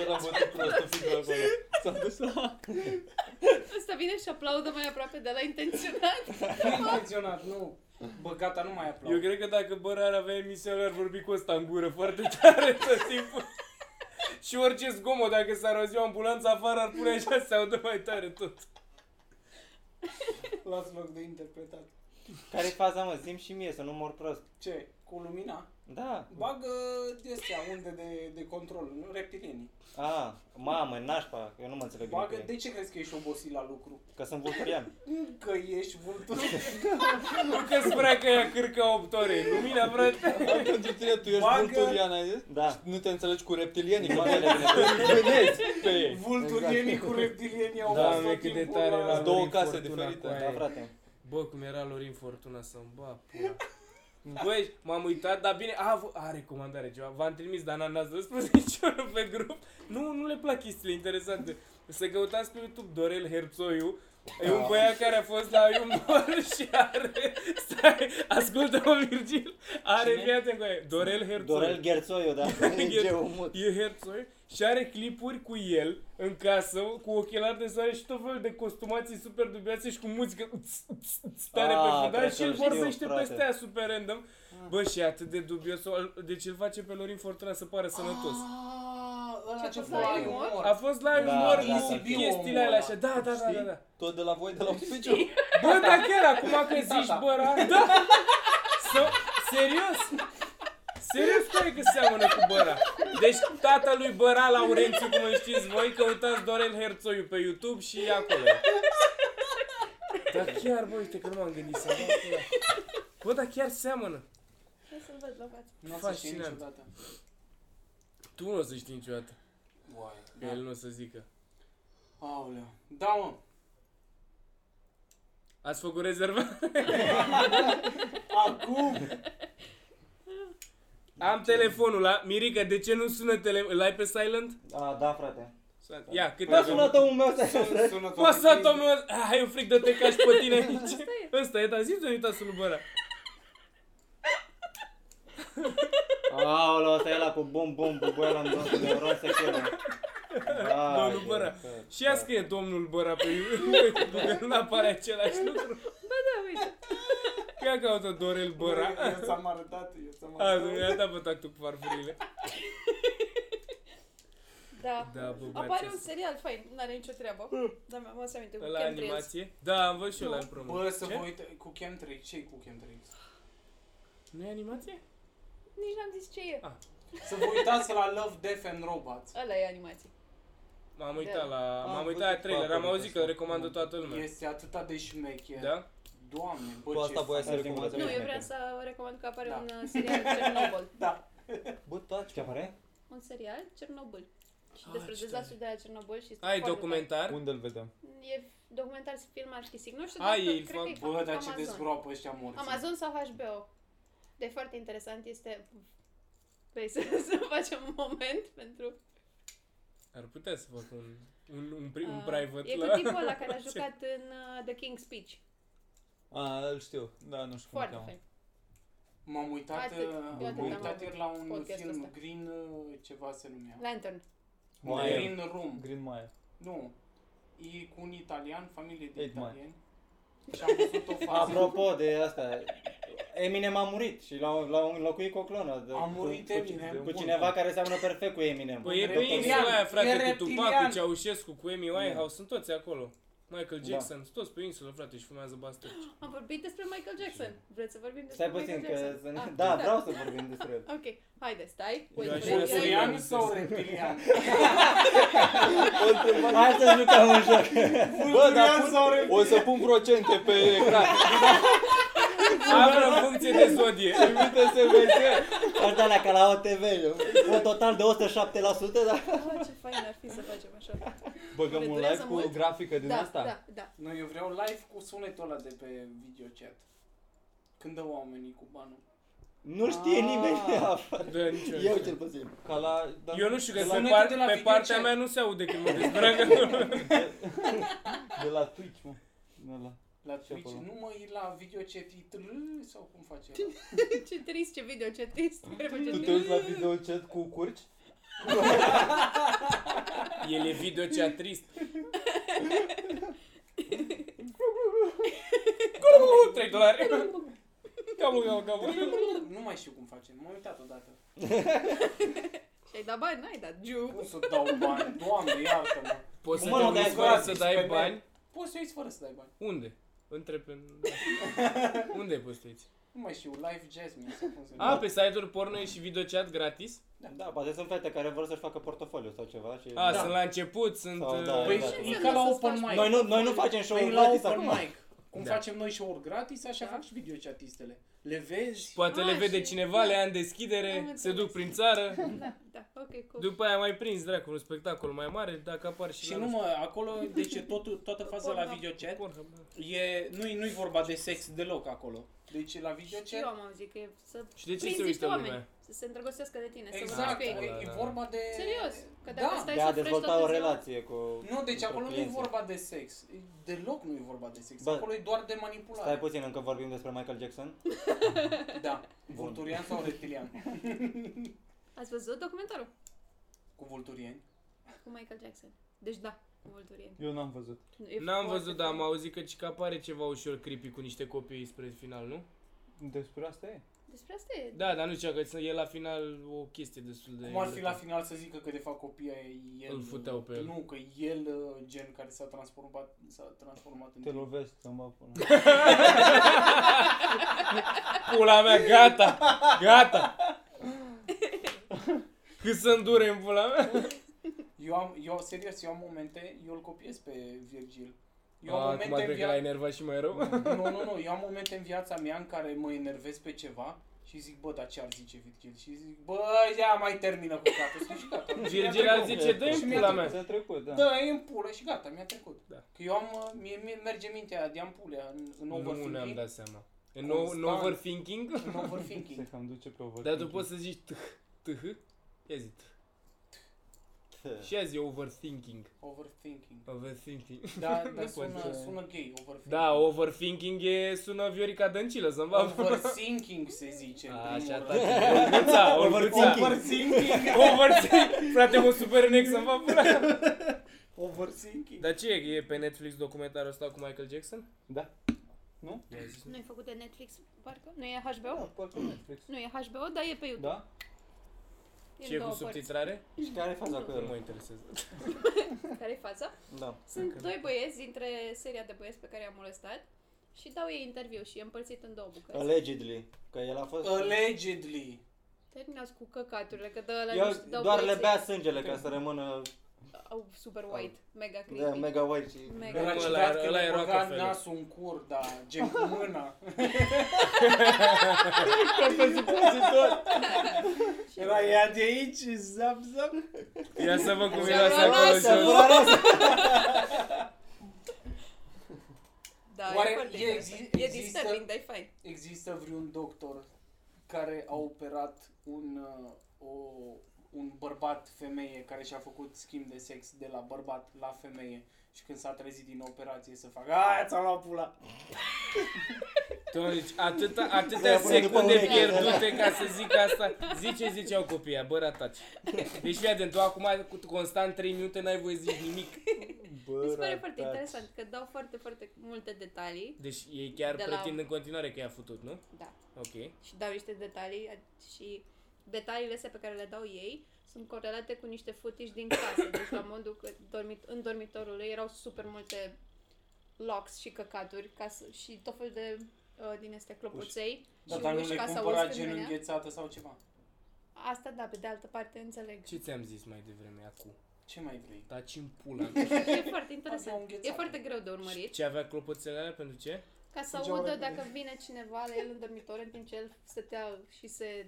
Speaker 4: Era bătut prostul fiul acolo. S-a dus la...
Speaker 2: Ăsta vine și aplaudă mai aproape de la intenționat.
Speaker 1: Nu intenționat, nu. Bă, gata, nu mai
Speaker 3: Eu
Speaker 1: aplaud.
Speaker 3: cred că dacă Bără ar avea emisia, lui ar vorbi cu ăsta în gură foarte tare tot timpul. Și orice zgomot, dacă s-ar auzi o ambulanță afară, ar pune așa să se audă mai tare tot.
Speaker 1: Las loc de interpretat.
Speaker 5: Care-i faza, mă? Zim și mie să nu mor prost.
Speaker 1: Ce? Cu lumina?
Speaker 5: Da.
Speaker 1: Bagă de astea, unde de, de control, nu? reptilienii.
Speaker 5: A, mamă, nașpa. Eu nu mă înțeleg
Speaker 1: Bagă,
Speaker 5: bine.
Speaker 1: de ce crezi că ești obosit la lucru?
Speaker 5: Că sunt vulturian.
Speaker 1: Că ești vultur.
Speaker 3: Nu că spunea că ea cârcă 8 ore. Lumina, frate.
Speaker 4: Pentru tine, tu ești
Speaker 1: Bagă-
Speaker 4: vulturian, ai zis?
Speaker 5: Da.
Speaker 4: Nu te înțelegi cu reptilienii,
Speaker 5: Nu
Speaker 4: că
Speaker 5: mă
Speaker 4: te
Speaker 5: înțeleg bine.
Speaker 4: gândești pe ei.
Speaker 1: Vulturienii cu reptilienii au
Speaker 3: Exact. Da,
Speaker 1: fost
Speaker 3: mă,
Speaker 1: tot
Speaker 3: cât de
Speaker 1: timpul
Speaker 3: tare
Speaker 1: la-
Speaker 3: era
Speaker 4: Două
Speaker 3: Lorin
Speaker 4: case
Speaker 3: Fortuna cu
Speaker 4: diferite.
Speaker 3: aia.
Speaker 5: Da, frate.
Speaker 3: Bă, cum era Lorin Fortuna să-mi bă, pula. Băi, m-am uitat, dar bine, a, v- a recomandare ceva, v-am trimis, dar n-am n-ați răspuns niciunul pe grup. Nu, nu le plac chestiile interesante. Să căutați pe YouTube Dorel Herzoiu, E
Speaker 5: Da.
Speaker 3: un băiat care a fost la Iumbor și are... Stai, ascultă-mă, Virgil. Are,
Speaker 5: Cine?
Speaker 3: viață în coaie. Dorel Herzoiu.
Speaker 5: Dorel Gherțoiu, da.
Speaker 3: Gher-
Speaker 5: Ce umut.
Speaker 3: E Herzog și are clipuri cu el în casă, cu ochelari de soare și tot felul de costumații super dubioase și cu muzică uț, uț, uț, tare
Speaker 5: Ah,
Speaker 3: pe fundal
Speaker 5: cred
Speaker 3: și
Speaker 5: că
Speaker 3: el
Speaker 5: îl știu,
Speaker 3: vorbește
Speaker 5: frate. Ah.
Speaker 3: peste aia super random. Bă, și e atât de dubios, o- deci îl face pe Lorin Fortuna să pară sănătos.
Speaker 1: Ah, ăla
Speaker 2: Ce
Speaker 1: ce
Speaker 2: fost
Speaker 1: făcea
Speaker 2: la
Speaker 1: la
Speaker 2: umor?
Speaker 1: umor.
Speaker 3: A fost la
Speaker 5: Da,
Speaker 3: umor
Speaker 5: da,
Speaker 3: cu
Speaker 5: da.
Speaker 3: chestiile
Speaker 1: omul
Speaker 3: alea
Speaker 1: ăla.
Speaker 3: așa. Da, da, da, da, da.
Speaker 4: Tot de la voi, de la oficiu.
Speaker 3: Bă, dar chiar acum că zici, bă, ra- da. Să- serios? Serios, care că seamănă cu Băra. Deci tatălui Băra, Laurențiu, cum îl știți voi, căutați Dorel Herzoiu pe YouTube și e acolo. Dar chiar, bă, uite că nu m-am gândit să Bă, dar chiar seamănă.
Speaker 2: Hai să-l văd la față.
Speaker 1: Nu o să știi
Speaker 3: Fascinant.
Speaker 1: niciodată.
Speaker 3: Tu nu o să știi niciodată,
Speaker 1: Uai,
Speaker 3: că el nu o să zică.
Speaker 1: Aoleu. Da, mă.
Speaker 3: Ați făcut rezervă?
Speaker 1: Acum.
Speaker 3: Am telefonul la... Mirica, de ce nu sună tele... Îl ai pe silent?
Speaker 5: A, da, frate.
Speaker 3: Ia, câte
Speaker 5: Da, sună tău meu, să
Speaker 1: Sună tot.
Speaker 3: Pasă, domnul, Ah, ai un fric de te cași pe tine aici.
Speaker 2: e.
Speaker 3: Ăsta e, da, dar zi să nu uita să-l băra.
Speaker 5: Aoleu, ăsta e ăla cu bum bum bubuiala în dosul de oron să chele. Da,
Speaker 3: Domnul Bără. Și ea scrie domnul Băra pe Google, nu apare același lucru.
Speaker 2: Ba da, uite.
Speaker 3: Că Ia caută Dorel Băra.
Speaker 1: Eu ți-am arătat, eu ți-am
Speaker 3: A,
Speaker 1: arătat.
Speaker 3: mi-a dat pe tactul cu farfurile.
Speaker 2: Da.
Speaker 3: Da, bă,
Speaker 2: Apare un
Speaker 3: bă,
Speaker 2: serial fain, nu are nicio treabă. Dar mi-am adus aminte cu
Speaker 3: la
Speaker 2: chemtrails.
Speaker 3: animație? Da, am văzut și eu la promo.
Speaker 1: Bă, să
Speaker 3: Ce?
Speaker 1: vă uit cu chemtrail. ce cu chemtrail?
Speaker 3: Nu e animație?
Speaker 2: Nici n-am zis ce e.
Speaker 3: Ah.
Speaker 1: Să vă uitați la Love, Death and Robots.
Speaker 2: Ăla e animație.
Speaker 3: M-am uitat la...
Speaker 4: Am
Speaker 3: M-am
Speaker 4: văzut
Speaker 3: uitat la
Speaker 4: pe
Speaker 3: trailer, am
Speaker 4: acolo
Speaker 3: auzit
Speaker 4: pe
Speaker 3: că
Speaker 4: asta.
Speaker 3: recomandă toată lumea.
Speaker 1: Este atâta de șmecher.
Speaker 3: Da?
Speaker 1: Doamne, bă,
Speaker 4: Cu asta
Speaker 1: ce
Speaker 4: voia să
Speaker 5: faci?
Speaker 4: recomandați.
Speaker 5: Să
Speaker 2: Nu,
Speaker 5: vedem
Speaker 2: eu vreau
Speaker 5: dacă-
Speaker 2: să recomand că apare
Speaker 1: Da.
Speaker 2: un uh, serial Chernobyl.
Speaker 1: Da.
Speaker 4: Bă, taci,
Speaker 5: Ce apare?
Speaker 2: Un serial Chernobyl. și despre
Speaker 3: Ah, ce
Speaker 2: dezastrul de la Cernobâl și este
Speaker 3: Ai
Speaker 2: foarte
Speaker 3: documentar?
Speaker 4: Unde îl vedem?
Speaker 2: tare. E documentar filmat artistic, nu știu
Speaker 3: Ai,
Speaker 2: dacă-
Speaker 3: ei
Speaker 2: cred
Speaker 3: fac-
Speaker 2: că e
Speaker 1: Bă,
Speaker 2: făcut
Speaker 1: dar ce
Speaker 2: Amazon.
Speaker 1: dezgroapă ăștia morți.
Speaker 2: Amazon sau HBO? De foarte interesant este... Vrei să, să facem un moment pentru...
Speaker 3: Ar putea să fac un, un, un, pri, un
Speaker 2: Ah,
Speaker 3: private
Speaker 2: E
Speaker 3: la...
Speaker 2: cu tipul ăla care a jucat în uh, The King's Speech.
Speaker 4: A, îl știu. Da, nu știu cum îl
Speaker 2: Foarte
Speaker 4: cheamă.
Speaker 2: fain.
Speaker 1: M-am uitat,
Speaker 2: Atât. Eu
Speaker 1: uh,
Speaker 4: atât
Speaker 1: m-am
Speaker 4: am
Speaker 1: uitat
Speaker 2: avut
Speaker 1: ieri la un
Speaker 2: podcastul
Speaker 1: film
Speaker 2: ăsta.
Speaker 1: Green uh, ceva se numea.
Speaker 2: Lantern.
Speaker 4: Maier.
Speaker 1: Green Room.
Speaker 4: Green Mile.
Speaker 1: Nu. E cu un italian, familie de
Speaker 4: Eight Mile.
Speaker 1: italieni. Și am văzut o fază.
Speaker 5: Apropo de asta, Eminem a murit și l-au, l-au înlocuit cu o clonă. De,
Speaker 1: A
Speaker 5: cu-
Speaker 1: murit
Speaker 5: cu,
Speaker 1: Eminem.
Speaker 5: Cu cineva care seamănă perfect cu Eminem.
Speaker 3: Păi e
Speaker 1: Un
Speaker 3: pe
Speaker 1: reptilian.
Speaker 3: insula aia, frate,
Speaker 1: E
Speaker 3: cu Tupac,
Speaker 1: reptilian.
Speaker 3: cu Ceaușescu, cu Amy Winehouse, sunt toți acolo. Michael
Speaker 5: Da.
Speaker 3: Jackson, sunt toți pe insulă, frate, și fumează bastăci.
Speaker 2: Am vorbit despre Michael Jackson. Vreți să vorbim despre
Speaker 5: Stai puțin
Speaker 2: Michael
Speaker 5: că...
Speaker 2: Jackson? Ah,
Speaker 5: Da, vreau să vorbim despre el.
Speaker 2: Ok, haide, stai.
Speaker 3: Eu
Speaker 2: Wait,
Speaker 3: aș
Speaker 2: wait,
Speaker 3: vrea să-
Speaker 2: wait.
Speaker 1: Vulturian sau reptilian?
Speaker 5: Hai să jucăm un joc.
Speaker 4: Bă,
Speaker 1: Vulturian
Speaker 4: dar
Speaker 1: sau
Speaker 4: pun-
Speaker 1: reptilian?
Speaker 4: o să pun procente pe ecran.
Speaker 3: Află în funcție de zodie.
Speaker 4: Uite se vede.
Speaker 5: Aș da la ca la OTV. Un total de 107%, dar...
Speaker 2: Ah, ce fain ar fi să facem așa.
Speaker 4: Băgăm un
Speaker 2: Durează
Speaker 4: live cu
Speaker 2: mult?
Speaker 4: grafică din
Speaker 2: da,
Speaker 4: asta?
Speaker 2: da, da.
Speaker 1: Nu, eu vreau live cu sunetul ăla de pe videochat. Când dă oamenii cu banul.
Speaker 5: Nu știe
Speaker 1: Ah.
Speaker 5: nimeni de afară.
Speaker 3: Da, nicio
Speaker 5: Eu cel puțin.
Speaker 4: Ca la... da. dar
Speaker 3: Eu nu știu, că
Speaker 1: da. De la
Speaker 3: pe,
Speaker 1: net,
Speaker 3: par,
Speaker 1: de la
Speaker 3: pe
Speaker 1: video
Speaker 3: partea
Speaker 1: chat.
Speaker 3: mea nu se aude când mă dezbracă.
Speaker 4: De la Twitch, mă. De la...
Speaker 1: La
Speaker 4: Și
Speaker 1: Twitch,
Speaker 4: acolo.
Speaker 1: nu mă, e la videochat, e tl- sau cum face ăla?
Speaker 2: Ce trist, ce video, ce trist. Trebuie ce
Speaker 4: Tu te
Speaker 2: trist.
Speaker 4: uiți la video chat cu curci?
Speaker 3: El e video cea trist. Trei dolari. Cablu, cablu, cablu.
Speaker 1: Păi, Nu mai știu cum face, m-am uitat odată.
Speaker 2: Și ai dat bani, n-ai dat giu.
Speaker 1: Cum să dau bani? Doamne, iartă-mă.
Speaker 3: Poți să
Speaker 5: Mă, nu
Speaker 3: te
Speaker 5: dai
Speaker 3: uiți fără
Speaker 1: gratis
Speaker 3: să
Speaker 1: pe
Speaker 3: dai
Speaker 1: net.
Speaker 3: bani?
Speaker 1: Poți să iei fără să dai bani.
Speaker 3: Unde? Întreb în... Unde postezi?
Speaker 1: Nu mai știu, live Jasmine sau cum se
Speaker 3: A,
Speaker 1: numește.
Speaker 3: pe site-uri porno e și video chat gratis?
Speaker 5: Da, poate sunt fete care vor să-și facă portofoliu sau ceva și...
Speaker 3: A,
Speaker 5: Da.
Speaker 3: sunt la început, sunt...
Speaker 5: Sau,
Speaker 3: uh,
Speaker 5: da,
Speaker 1: Păi
Speaker 5: da.
Speaker 1: e ca la open mic.
Speaker 5: Noi nu, noi nu facem show-uri
Speaker 1: Păi la
Speaker 5: gratis
Speaker 1: open
Speaker 5: acum.
Speaker 1: mic. Cum
Speaker 3: Da.
Speaker 1: facem noi show-uri gratis, așa
Speaker 2: Da.
Speaker 1: fac și videochatistele. Le vezi?
Speaker 3: Poate
Speaker 2: Ah,
Speaker 3: le vede
Speaker 2: și-
Speaker 3: cineva, le
Speaker 2: da.
Speaker 3: ia în
Speaker 2: Am
Speaker 3: deschidere, se
Speaker 2: înțeles.
Speaker 3: duc prin țară.
Speaker 2: Da, da, ok, cool.
Speaker 3: După aia mai prins dracu un spectacol mai mare, dacă apar și,
Speaker 1: Și
Speaker 3: la
Speaker 1: nu mă, acolo, deci e totul, toată faza la videochat
Speaker 3: Pornhub, da.
Speaker 1: e, nu-i, nu-i vorba de sex deloc acolo. Deci la
Speaker 2: Și eu
Speaker 1: videochat,
Speaker 2: am auzit că e să
Speaker 3: Și de ce
Speaker 2: prinzi
Speaker 3: se
Speaker 2: niște
Speaker 3: uită
Speaker 2: oameni,
Speaker 3: lumea?
Speaker 2: să se îndrăgostească de tine, să vorbești
Speaker 1: exact,
Speaker 2: cu ei.
Speaker 1: e,
Speaker 3: Da,
Speaker 1: e
Speaker 3: da.
Speaker 1: vorba de...
Speaker 2: Serios, că dacă
Speaker 1: da.
Speaker 2: stai
Speaker 5: De a
Speaker 2: să frești
Speaker 5: dezvolta
Speaker 2: toată
Speaker 5: o
Speaker 2: ziua,
Speaker 5: relație cu...
Speaker 1: Nu, deci
Speaker 5: cu
Speaker 1: acolo nu e
Speaker 5: clienții.
Speaker 1: vorba de sex. E- Deloc nu e vorba de sex.
Speaker 5: Bă,
Speaker 1: acolo e doar de
Speaker 5: Stai
Speaker 1: manipulare.
Speaker 5: puțin, încă vorbim despre Michael Jackson.
Speaker 1: Da. Vulturian sau reptilian?
Speaker 2: Ați văzut documentarul
Speaker 1: Cu vulturieni.
Speaker 2: cu Michael Jackson? Deci da, cu vulturieni.
Speaker 4: Eu n-am văzut.
Speaker 2: E
Speaker 3: N-am
Speaker 2: foarte
Speaker 3: văzut, dar
Speaker 2: fain.
Speaker 3: am auzit că cica apare ceva ușor creepy cu niște copii spre final, nu?
Speaker 4: Despre asta e?
Speaker 2: Despre asta e.
Speaker 3: Da, dar nu știu că ține- e la final o chestie destul de...
Speaker 1: Cum ar fi la
Speaker 3: urâtă.
Speaker 1: final să zică că de fapt copiii ei, el...
Speaker 3: Îl futeau pe el.
Speaker 1: Nu, că el uh, gen care s-a transformat, s-a transformat în...
Speaker 4: Te
Speaker 1: tine.
Speaker 4: lovesc, să mă pun.
Speaker 3: Pula mea, gata! Gata! Cât să îndure în pula mea?
Speaker 1: Eu am, eu, serios, eu am momente, eu îl copiez pe Virgil. Eu am
Speaker 3: A, acum
Speaker 1: momente în
Speaker 3: cred că l-ai
Speaker 1: viața...
Speaker 3: enervat și mai rău.
Speaker 1: Nu, nu, nu, eu am momente în viața mea în care mă enervez pe ceva și zic, bă, dar ce ar zice Virgil? Și zic, bă, ia mai termină cu capul. Știi, și gata.
Speaker 3: Virgil ar zice, dă-i
Speaker 1: Și
Speaker 3: în
Speaker 1: mi-a
Speaker 3: pula
Speaker 1: trecut.
Speaker 3: mea.
Speaker 4: Ți-a trecut, da.
Speaker 1: Da, e în pulă și gata, mi-a trecut.
Speaker 3: Da.
Speaker 1: Că eu am, uh, mie, mie merge mintea de ampulea în, în
Speaker 3: Nu ne-am
Speaker 1: overthinking.
Speaker 3: dat seama. În no- în
Speaker 1: Constant.
Speaker 3: overthinking?
Speaker 1: În
Speaker 4: Se
Speaker 1: overthinking.
Speaker 4: cam duce pe
Speaker 3: Dar
Speaker 4: overthinking.
Speaker 3: tu poți să zici tâh, tâh, ia zi tâh. Și azi e overthinking.
Speaker 1: Overthinking.
Speaker 3: Overthinking.
Speaker 1: Da,
Speaker 3: Nu
Speaker 1: dar
Speaker 3: poți
Speaker 1: sună,
Speaker 3: să-
Speaker 1: sună gay, overthinking.
Speaker 3: Da, overthinking e, sună Viorica Dăncilă, să-mi va...
Speaker 1: Overthinking se zice. în primul
Speaker 3: Așa,
Speaker 1: rând.
Speaker 3: tati, olguța, olguța.
Speaker 1: Overthinking.
Speaker 3: Overthinking. Frate, mă super nex să-mi va pula.
Speaker 1: Overthinking.
Speaker 3: Dar ce e, e pe Netflix documentarul ăsta cu Michael Jackson?
Speaker 4: Da.
Speaker 2: Nu e făcut de Netflix, parcă? Nu e
Speaker 4: Da,
Speaker 2: HBO?
Speaker 4: parcă Netflix.
Speaker 2: Nu e HBO, dar e pe YouTube.
Speaker 4: Da?
Speaker 2: E
Speaker 3: Ce e
Speaker 2: în
Speaker 3: cu
Speaker 2: două părți.
Speaker 3: subtitrare?
Speaker 5: Și care e faza cu
Speaker 3: Nu mă
Speaker 5: el?
Speaker 3: interesează.
Speaker 2: Care-i fața?
Speaker 5: Da.
Speaker 2: Sunt doi băieți dintre seria de băieți pe care i-am molestat și dau ei interviu și e împărțit în două bucăți.
Speaker 5: Allegedly. Că el a fost...
Speaker 1: Allegedly.
Speaker 2: Terminați cu căcaturile, că dă ăla
Speaker 5: Eu
Speaker 2: niște- dau
Speaker 5: doar le
Speaker 2: băieții-
Speaker 5: bea sângele ca să rămână
Speaker 2: au super white, mega creepy.
Speaker 6: Da, mega white și...
Speaker 2: Mega.
Speaker 1: Era
Speaker 3: Ăla-
Speaker 1: ciudat că
Speaker 3: ăla
Speaker 1: le
Speaker 3: e
Speaker 1: băga
Speaker 3: Rockefeller.
Speaker 1: nasul în cur, da, gen cu mâna. Era ea de aici, zap, zap.
Speaker 3: Ia să văd cum
Speaker 2: Să
Speaker 3: miroase
Speaker 2: vă
Speaker 3: acolo
Speaker 2: lasă,
Speaker 3: jos.
Speaker 2: Da,
Speaker 1: Oare
Speaker 2: e foarte
Speaker 1: e-
Speaker 2: interesant.
Speaker 1: exi-
Speaker 2: E
Speaker 1: există-
Speaker 2: disturbing, dar e fain.
Speaker 1: Există vreun doctor care a operat un, uh, o, un bărbat femeie care și-a făcut schimb de sex de la bărbat la femeie și când s-a trezit din operație să facă Aia ți-am luat pula!
Speaker 3: Deci, atâta, atâtea
Speaker 6: Aia până după
Speaker 3: secunde
Speaker 6: ureche,
Speaker 3: pierdute ca să zic asta. Zice, ziceau copiii, aia, bă, rataci. Deci, fii atent, tu acum, cu constant 3 minute, n-ai voie să zici nimic.
Speaker 2: Mi se pare foarte interesant că dau foarte, foarte multe detalii.
Speaker 3: Deci, ei chiar
Speaker 2: De la-
Speaker 3: pretind în continuare că i-a futut, nu?
Speaker 2: Da.
Speaker 3: Ok.
Speaker 2: Și dau niște detalii a- și detaliile astea pe care le dau ei sunt corelate cu niște footage din casă. Deci la modul că dormit, în dormitorul lui erau super multe locks și căcaturi ca să, și tot fel de uh, din astea clopoței.
Speaker 1: Dar,
Speaker 2: și
Speaker 1: Da, dar nu
Speaker 2: uși
Speaker 1: le
Speaker 2: ca să
Speaker 1: cumpăra
Speaker 2: auzi când
Speaker 1: gen
Speaker 2: venea.
Speaker 1: înghețată sau ceva.
Speaker 2: Asta da, pe de altă parte înțeleg.
Speaker 3: Ce ți-am zis mai devreme acum?
Speaker 1: Ce mai vrei?
Speaker 3: Taci în pula.
Speaker 2: E foarte
Speaker 1: Aveau
Speaker 2: interesant.
Speaker 1: înghețată.
Speaker 2: E foarte greu de urmărit.
Speaker 3: Ce avea clopoțele alea pentru ce?
Speaker 2: Ca să
Speaker 1: Mergeau
Speaker 2: audă
Speaker 1: repede.
Speaker 2: dacă vine cineva la el în dormitor în timp ce el stătea și se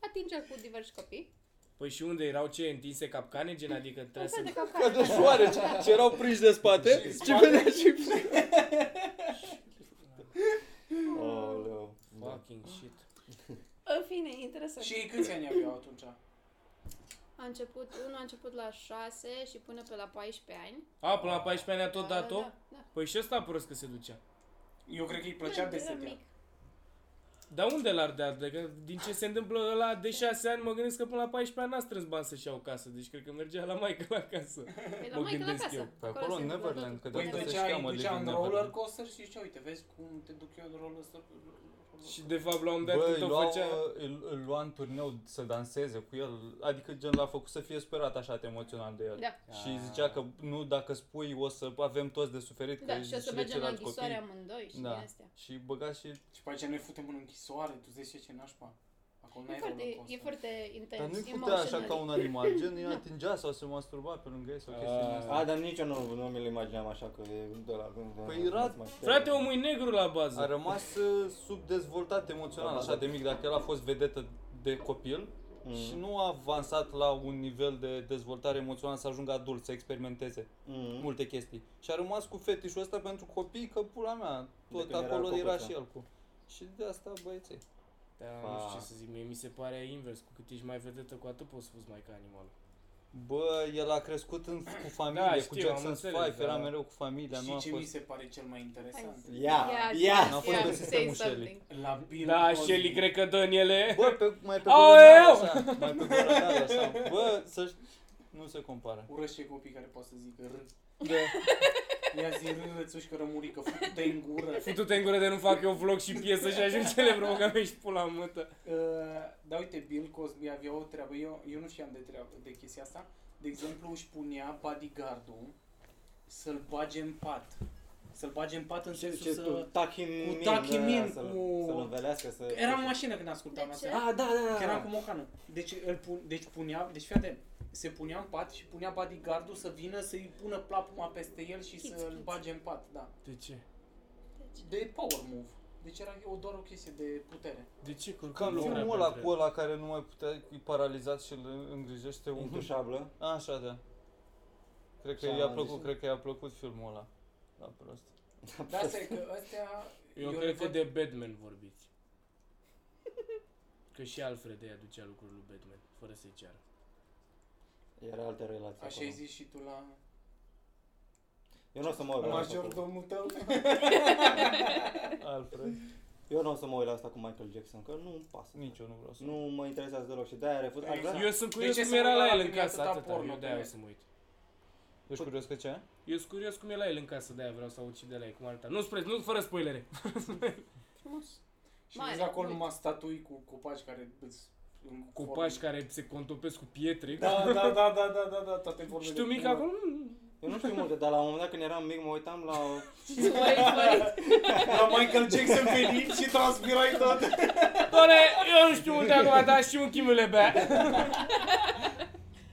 Speaker 2: atingea cu diversi copii.
Speaker 3: Păi și unde erau ce întinse capcane, gen adică trebuie
Speaker 2: Un
Speaker 3: să...
Speaker 2: fel de
Speaker 4: Ca
Speaker 2: capcană.
Speaker 4: de da. șoareci, ce erau prinși de spate și vedea și...
Speaker 6: Aoleu. Da.
Speaker 3: Fucking shit.
Speaker 2: În fine, interesant.
Speaker 1: Și ei câți ani aveau atunci?
Speaker 2: A început, unul a început la 6 și până pe la 14 ani.
Speaker 3: A, până la 14 ani a tot
Speaker 2: Da,
Speaker 3: dat-o?
Speaker 2: Da, da.
Speaker 3: Păi și ăsta prost că se ducea.
Speaker 1: Eu cred că îi plăcea
Speaker 2: Era
Speaker 1: de setea.
Speaker 2: mic.
Speaker 3: Dar unde l-ar dea? Adică din ce se întâmplă la de 6 ani, mă gândesc că până la 14 ani n-a strâns bani să-și ia o casă. Deci cred că mergea la maică la casă.
Speaker 2: Pe Păi la
Speaker 3: Mă
Speaker 2: maică la
Speaker 3: gândesc
Speaker 2: casă.
Speaker 3: eu.
Speaker 4: Pe acolo,
Speaker 2: se
Speaker 4: în
Speaker 2: întâmplă
Speaker 4: Neverland,
Speaker 2: totul.
Speaker 4: că de
Speaker 1: Păi îi
Speaker 4: asta se
Speaker 1: ducea, îi
Speaker 4: cheamă
Speaker 1: ducea în
Speaker 4: Living
Speaker 1: roller
Speaker 4: Neverland.
Speaker 1: coaster și zicea, uite, vezi cum te duc eu în roller coaster?
Speaker 3: Și de fapt la un moment dat
Speaker 4: Bă,
Speaker 3: când
Speaker 4: îl
Speaker 3: o
Speaker 4: lua,
Speaker 3: făcea...
Speaker 4: îl, îl lua în turneu să danseze cu el, adică gen l-a făcut să fie sperat așa de emoțional de el.
Speaker 2: Da.
Speaker 4: Și zicea că nu, dacă spui o să avem toți de suferit, că
Speaker 2: Da,
Speaker 4: îi
Speaker 2: și o să
Speaker 4: zicile
Speaker 2: mergem la
Speaker 4: ceilalți
Speaker 2: închisoare
Speaker 4: copii.
Speaker 2: amândoi și
Speaker 4: Da.
Speaker 2: din astea.
Speaker 4: Și băga și...
Speaker 1: Și pe aceea ne futem în închisoare, tu zici ce ce nașpa. Acolo
Speaker 2: E
Speaker 1: n-ai roller
Speaker 2: foarte, e
Speaker 1: coaster.
Speaker 2: foarte intens.
Speaker 4: Dar nu-i putea
Speaker 2: emotional.
Speaker 4: așa ca un animal, gen îi atingea sau se masturba pe lângă ei sau chestii din astea.
Speaker 5: A, dar nici eu nu, nu mi-l imaginam așa că e de la gând. de-
Speaker 4: Păi era-
Speaker 5: mai știu.
Speaker 3: Frate, omul e negru la bază.
Speaker 4: A rămas uh, subdezvoltat emoțional, așa de mic, dacă el a fost vedetă de copil
Speaker 5: Mm.
Speaker 4: și nu a avansat la un nivel de dezvoltare emoțională să ajungă adult, să experimenteze
Speaker 5: Mm.
Speaker 4: multe chestii. Și a rămas cu fetișul ăsta pentru copii, că pula mea, tot
Speaker 5: când era
Speaker 4: acolo era,
Speaker 5: cocoțea.
Speaker 4: și el cu. Și de asta băieții.
Speaker 3: Dar Da, nu știu ce să zic, mie mi se pare invers. Cu cât ești mai vedetă, cu atât poți să fuzi mai ca animal.
Speaker 4: Bă, el a crescut în, cu familie,
Speaker 3: Da,
Speaker 4: cu
Speaker 3: știu, am
Speaker 4: Jackson
Speaker 3: înțeles,
Speaker 4: Five, era
Speaker 3: da.
Speaker 4: mereu cu familia, nu a
Speaker 1: Știi ce mi
Speaker 4: fost...
Speaker 1: se pare cel mai interesant?
Speaker 5: Ia,
Speaker 2: Ia,
Speaker 5: ia.
Speaker 4: N-a fost
Speaker 2: ia,
Speaker 4: pe
Speaker 2: say
Speaker 4: sistemul
Speaker 2: something.
Speaker 4: Shelley.
Speaker 1: La Bill
Speaker 3: Da,
Speaker 1: Cosby.
Speaker 3: Shelly, cred că dă în ele.
Speaker 4: Bă, pe, mai pe
Speaker 3: Aoleu!
Speaker 4: Borodale așa, mai pe Borodale așa. Bă, să nu se compară.
Speaker 1: Urăște copii care pot să zică râ.
Speaker 3: Da.
Speaker 1: Ia zi râ, rățuși că rămurică, fute în gură.
Speaker 3: Futu-te în gură de nu fac eu vlog și piesă și ajungi cele provoca mea și pula în mâtă.
Speaker 1: Uh, da, uite, Bill Cosby avea o treabă, eu, eu nu știam de, treabă, de chestia asta. De exemplu, își punea bodyguard-ul să-l bage în pat. Să-l bage în pat în
Speaker 5: Ce,
Speaker 1: sensul
Speaker 5: ce, tu,
Speaker 1: să...
Speaker 5: tachimin,
Speaker 1: cu tachimin,
Speaker 5: da, să-l-
Speaker 1: cu-
Speaker 5: Să-l învelească, să...
Speaker 1: Era în mașină când ascultam
Speaker 2: De
Speaker 1: asta.
Speaker 2: ce?
Speaker 5: Ah, da, da, da.
Speaker 1: Că eram cu mocanul. Deci, îl pun, deci punea, deci fii atent, se punea în pat și punea bodyguardul să vină să-i pună plapuma peste el și
Speaker 2: Chiți,
Speaker 1: să-l
Speaker 2: chiți.
Speaker 1: bage în pat, da.
Speaker 3: De ce?
Speaker 1: De power move. Deci era o, doar o chestie de putere.
Speaker 3: De ce? Că
Speaker 4: Ca
Speaker 3: oricum nu
Speaker 4: filmul
Speaker 3: era
Speaker 4: ăla
Speaker 3: pentru
Speaker 4: cu ăla care nu mai putea, e paralizat și îl îngrijește un
Speaker 5: Intușablă.
Speaker 4: Așa, da. Cred că
Speaker 5: Și-a
Speaker 4: i-a
Speaker 5: zis.
Speaker 4: plăcut, cred că i-a plăcut filmul ăla. La prost.
Speaker 1: Da, asta e că astea...
Speaker 3: el. Eu,
Speaker 1: le
Speaker 3: cred că
Speaker 1: văd-
Speaker 3: de Batman vorbiți. Că și Alfred îi aducea lucrul lui Batman, fără să-i ceară.
Speaker 5: Era altă
Speaker 1: Așa
Speaker 5: relație acolo.
Speaker 1: ai zis și tu la...
Speaker 5: Eu nu o să mă uit la asta.
Speaker 1: Major
Speaker 5: cu-
Speaker 1: domnul tău?
Speaker 4: Alfred.
Speaker 5: Eu nu o să mă uit la asta cu Michael Jackson, că nu-mi pasă.
Speaker 4: Nici eu nu vreau să.
Speaker 5: Nu mă interesează deloc și de-aia refuz. Aș
Speaker 1: Exact.
Speaker 5: vrea...
Speaker 3: Eu sunt curios
Speaker 1: ce
Speaker 3: cum
Speaker 1: se
Speaker 3: era
Speaker 1: mă
Speaker 3: la
Speaker 1: la
Speaker 3: el în
Speaker 1: când e
Speaker 3: casă,
Speaker 1: atâta
Speaker 3: atâta,
Speaker 1: porno
Speaker 3: eu
Speaker 1: pe
Speaker 3: de-aia o
Speaker 1: net?
Speaker 3: să mă uit.
Speaker 4: Ești curios că ce?
Speaker 3: Eu sunt curios cum e la el în casă, de-aia vreau să aud și de la el, cum arăta. Nu spre, nu fără spoilere.
Speaker 2: Frumos.
Speaker 1: Și
Speaker 2: Mare,
Speaker 1: vezi acolo
Speaker 2: uite.
Speaker 1: numai statui cu copaci care îți... în
Speaker 3: Copaci
Speaker 1: formă.
Speaker 3: care se contopesc cu pietre.
Speaker 1: Da, da, da, da, da, da, da, toate formele.
Speaker 3: Și tu
Speaker 1: de
Speaker 3: mic
Speaker 1: pulă.
Speaker 3: acolo?
Speaker 5: Eu nu știu multe, dar la un moment dat când eram mic mă uitam la...
Speaker 1: La Michael Jackson venit și transpirai tot.
Speaker 3: Doamne, eu nu știu unde acum, dar și un chimule bea.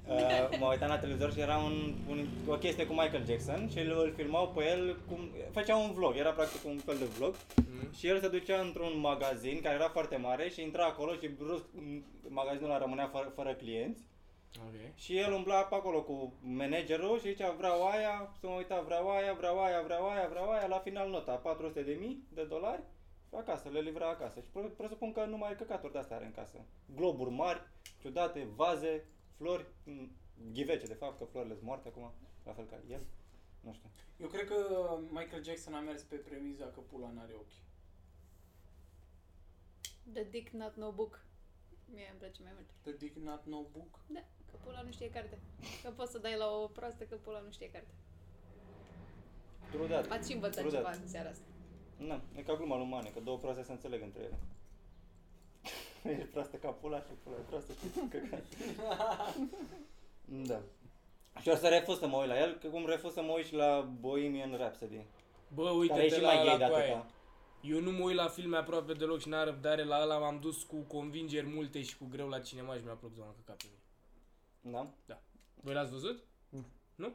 Speaker 5: Uh, mă uitam la televizor și era un, un, o chestie cu Michael Jackson și îl, îl filmau pe el, cum, făcea un vlog, era practic un fel de vlog
Speaker 3: Mm.
Speaker 5: și el se ducea într-un magazin care era foarte mare și intra acolo și brusc m, magazinul ăla rămânea fără, fără clienți
Speaker 3: Ok.
Speaker 5: și el umbla pe acolo cu managerul și zicea vreau aia, să mă uita vreau aia, vreau aia, vreau aia, vreau aia, la final nota 400 de mii de dolari acasă, le livra acasă și pre- presupun că numai căcaturi de astea are în casă. Globuri mari, ciudate, vaze, flori, m, ghivece de fapt, că florile sunt moarte acum, la fel ca el, nu știu.
Speaker 1: Eu cred că Michael Jackson a mers pe premiza că pula n-are ochi.
Speaker 2: The Dick Not No Book. Mie îmi place mai mult.
Speaker 1: The Dick Not No Book.
Speaker 2: Da, că pula nu știe carte. Că poți să dai la o proastă că pula nu știe carte.
Speaker 5: Trudat.
Speaker 2: Ați și învățat
Speaker 5: True that.
Speaker 2: ceva în seara asta.
Speaker 5: Nu, e ca gluma lui Mane, că două proaste se înțeleg între ele. e proastă ca pula și pula e proastă și căcat. da. Și o să refuz să mă uit la el, că cum refuz să mă uit și la Bohemian Rhapsody.
Speaker 3: Bă,
Speaker 5: Care e
Speaker 3: uite-te
Speaker 5: și
Speaker 3: la,
Speaker 5: mai gay
Speaker 3: la
Speaker 5: de atâta.
Speaker 3: coaie. Eu nu mă uit la filme aproape deloc și n-am răbdare la ăla, m-am dus cu convingeri multe și cu greu la cinema și mi-a plăcut doamna că capul mine.
Speaker 5: Da?
Speaker 3: Voi l-ați văzut?
Speaker 4: Nu.
Speaker 3: Nu?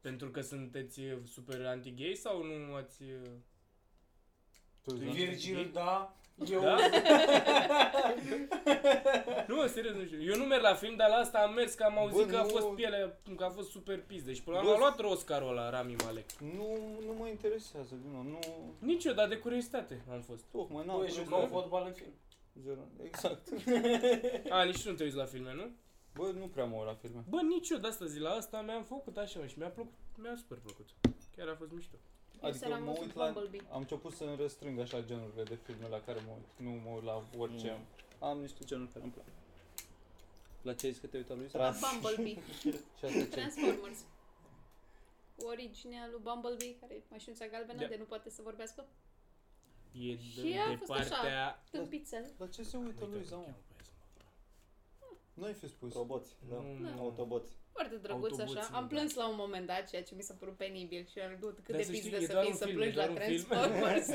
Speaker 3: Pentru că sunteți eh, super anti-gay sau nu ați... eh,
Speaker 4: Tu
Speaker 3: Virgil,
Speaker 1: Virgil, da. Eu,
Speaker 3: Da? nu, serios, nu știu. Eu nu merg la film, dar la asta am mers că am auzit
Speaker 6: Bă,
Speaker 3: că a
Speaker 6: nu-
Speaker 3: fost piele, că a fost super pizde. Și până la
Speaker 6: Bă,
Speaker 3: urmă a luat Oscarul ăla, Rami Malek.
Speaker 4: Nu, nu mă interesează, din nou, nu...
Speaker 3: Niciodată de curiozitate am fost.
Speaker 4: Tocmai n-am
Speaker 1: Bă,
Speaker 4: vrut
Speaker 1: jucăm
Speaker 4: să-
Speaker 1: fotbal în film.
Speaker 4: Zero. Exact.
Speaker 3: A, nici tu nu te uiți la filme, nu?
Speaker 4: Bă, nu prea mă uit la filme.
Speaker 3: Bă, niciodată asta zi, la asta mi-am făcut așa mă, și mi-a plăcut, mi-a super plăcut. Chiar a fost mișto.
Speaker 2: Eu seara
Speaker 4: Adică
Speaker 2: am
Speaker 4: mă
Speaker 2: văzut
Speaker 4: uit la...
Speaker 2: Bumblebee.
Speaker 4: Am început să îmi restrâng așa genurile de filme la care mă uit. Nu mă uit la orice.
Speaker 5: Mm.
Speaker 4: Am niște genuri care îmi plac. La ce ai zis că te-ai uitat, Luis?
Speaker 5: Tras.
Speaker 2: Bumblebee.
Speaker 4: Și asta ce?
Speaker 2: Transformers. Cu originea lui Bumblebee, care e mașinuța galbenă,
Speaker 3: Da.
Speaker 2: de nu poate să vorbească.
Speaker 3: E
Speaker 2: Și
Speaker 3: de,
Speaker 2: a
Speaker 3: de
Speaker 2: fost așa.
Speaker 3: partea...
Speaker 2: Tâmpițel.
Speaker 4: La ce se uită
Speaker 3: Uite,
Speaker 4: Luis,
Speaker 3: mă,
Speaker 4: mă?
Speaker 3: cheamă pe aia să mă-
Speaker 4: N-ai fi spus.
Speaker 5: Roboți, da.
Speaker 3: Nu,
Speaker 2: Da.
Speaker 5: Autoboți.
Speaker 2: Foarte drăguț
Speaker 3: Autobuțul,
Speaker 2: așa. Am
Speaker 3: da.
Speaker 2: plâns la un moment dat, ceea ce mi s-a părut penibil și am gândit cât
Speaker 3: Dar
Speaker 2: de
Speaker 3: să știi,
Speaker 2: pizdă
Speaker 3: e
Speaker 2: să
Speaker 3: doar
Speaker 2: fii
Speaker 3: un
Speaker 2: să
Speaker 3: film, e
Speaker 2: plângi
Speaker 3: doar
Speaker 2: la
Speaker 3: un film.
Speaker 2: Transformers.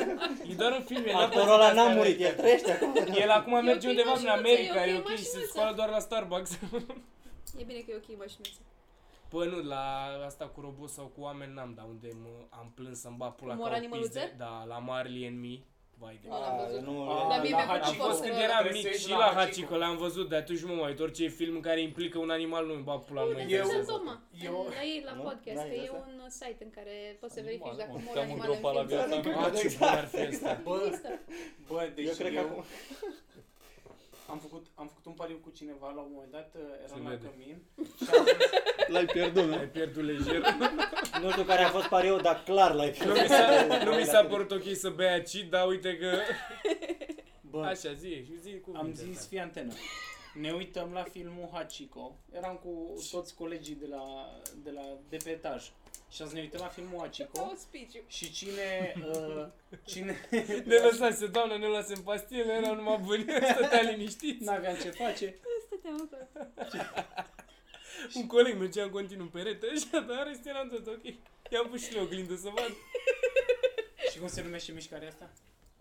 Speaker 3: E doar un film, el n-a
Speaker 5: Actorul
Speaker 3: pățit
Speaker 5: ăla
Speaker 3: astea
Speaker 5: n-a murit,
Speaker 3: la-
Speaker 5: el trăiește acum.
Speaker 3: El acum merge
Speaker 2: ok,
Speaker 3: undeva în
Speaker 2: mașinuță,
Speaker 3: America,
Speaker 2: e
Speaker 3: e
Speaker 2: ok,
Speaker 3: ok, și se
Speaker 2: mașinuță.
Speaker 3: scoală doar la Starbucks.
Speaker 2: e bine că e ok mașinuța.
Speaker 3: Bă, nu, la asta cu robot sau cu oameni n-am, dar unde mă, am plâns să-mi bat pula
Speaker 2: Cum
Speaker 3: ca
Speaker 2: ori
Speaker 3: o pizde.
Speaker 2: animăluțe?
Speaker 3: Da, la Marley and Me. Vai de
Speaker 2: Nu l-am
Speaker 5: Ah,
Speaker 2: văzut.
Speaker 5: nu-
Speaker 1: Ah,
Speaker 2: Dar mie
Speaker 1: la
Speaker 2: mi-a plăcut
Speaker 3: Am
Speaker 1: Hachiko.
Speaker 3: fost
Speaker 2: fost
Speaker 3: când
Speaker 2: la-
Speaker 3: eram
Speaker 1: Trebuie să
Speaker 3: mic
Speaker 1: ieși
Speaker 3: și la
Speaker 1: Hachiko.
Speaker 3: Hachiko, l-am văzut, de atunci mă mai uit. Orice film care implică un animal nu-mi bag pula, nu mă
Speaker 2: Uite,
Speaker 1: Eu-
Speaker 2: sunt
Speaker 3: interesează.
Speaker 2: Toma.
Speaker 1: eu-
Speaker 2: La ei la
Speaker 5: Nu?
Speaker 2: podcast,
Speaker 5: N-ai
Speaker 2: că e
Speaker 5: asta?
Speaker 2: un site în care poți să
Speaker 4: Animal,
Speaker 2: verifici dacă
Speaker 4: mă,
Speaker 2: mor
Speaker 4: te-am
Speaker 2: animale
Speaker 4: îngropat la
Speaker 2: în film.
Speaker 4: viața mea.
Speaker 3: Ah, ce bun ar fi asta.
Speaker 2: exact.
Speaker 1: Bă,
Speaker 2: Există.
Speaker 1: bă, deci
Speaker 5: Eu cred că acum...
Speaker 1: Am făcut, am făcut un pariu cu cineva la un moment dat,
Speaker 3: Se
Speaker 1: eram la
Speaker 3: vede.
Speaker 1: cămin și am zis,
Speaker 4: L-ai pierdut,
Speaker 3: Ai pierdut lejer.
Speaker 5: Nu știu care a fost pariu, dar clar l-ai
Speaker 3: Nu mi s-a, nu mi s-a părut ok să bei acid, dar uite că...
Speaker 1: bă,
Speaker 3: Așa, zi, și zi cu
Speaker 1: am zis fii antenă. Ne uităm la filmul Hachiko. Eram cu toți colegii de la, de, la, de pe etaj. Și am zis, ne uităm la filmul Hachiko.
Speaker 2: Auspiciu.
Speaker 1: Și cine, uh, cine
Speaker 3: Ne lăsase, doamne, ne lăsăm pastile, erau numai buni, stătea liniștiți.
Speaker 1: n-avea ce face,
Speaker 2: Stăteam
Speaker 3: Da,
Speaker 2: acolo.
Speaker 3: Un coleg mergea în continuu în perete și dar rest eram tot ok. I-am pus și eu oglindă să vad.
Speaker 1: Și cum se numește mișcarea asta?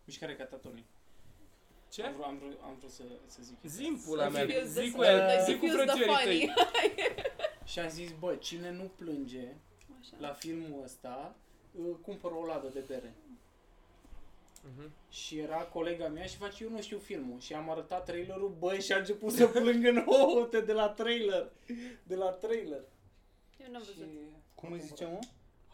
Speaker 1: Mișcarea catatonică. Am
Speaker 3: Ce?
Speaker 1: vrut, am vrut, am vrut să, să zic.
Speaker 3: Zi în pula
Speaker 2: Să
Speaker 3: mea,
Speaker 2: fiu
Speaker 3: zi
Speaker 2: zis-
Speaker 3: cu ea,
Speaker 2: să
Speaker 3: zi cu
Speaker 2: fiu
Speaker 3: frățiorii tăi.
Speaker 2: zăfanii.
Speaker 1: Și am zis, bă, cine nu plânge
Speaker 2: Așa.
Speaker 1: la filmul ăsta, uh, cumpără o ladă de bere.
Speaker 3: Mhm.
Speaker 1: Și era colega mea și face, eu nu știu filmul. Și am arătat trailerul, băi, și a început să plângă în ouăte de la trailer. De la trailer.
Speaker 2: Eu n-am văzut.
Speaker 1: Și...
Speaker 4: Cum îi zice, mă?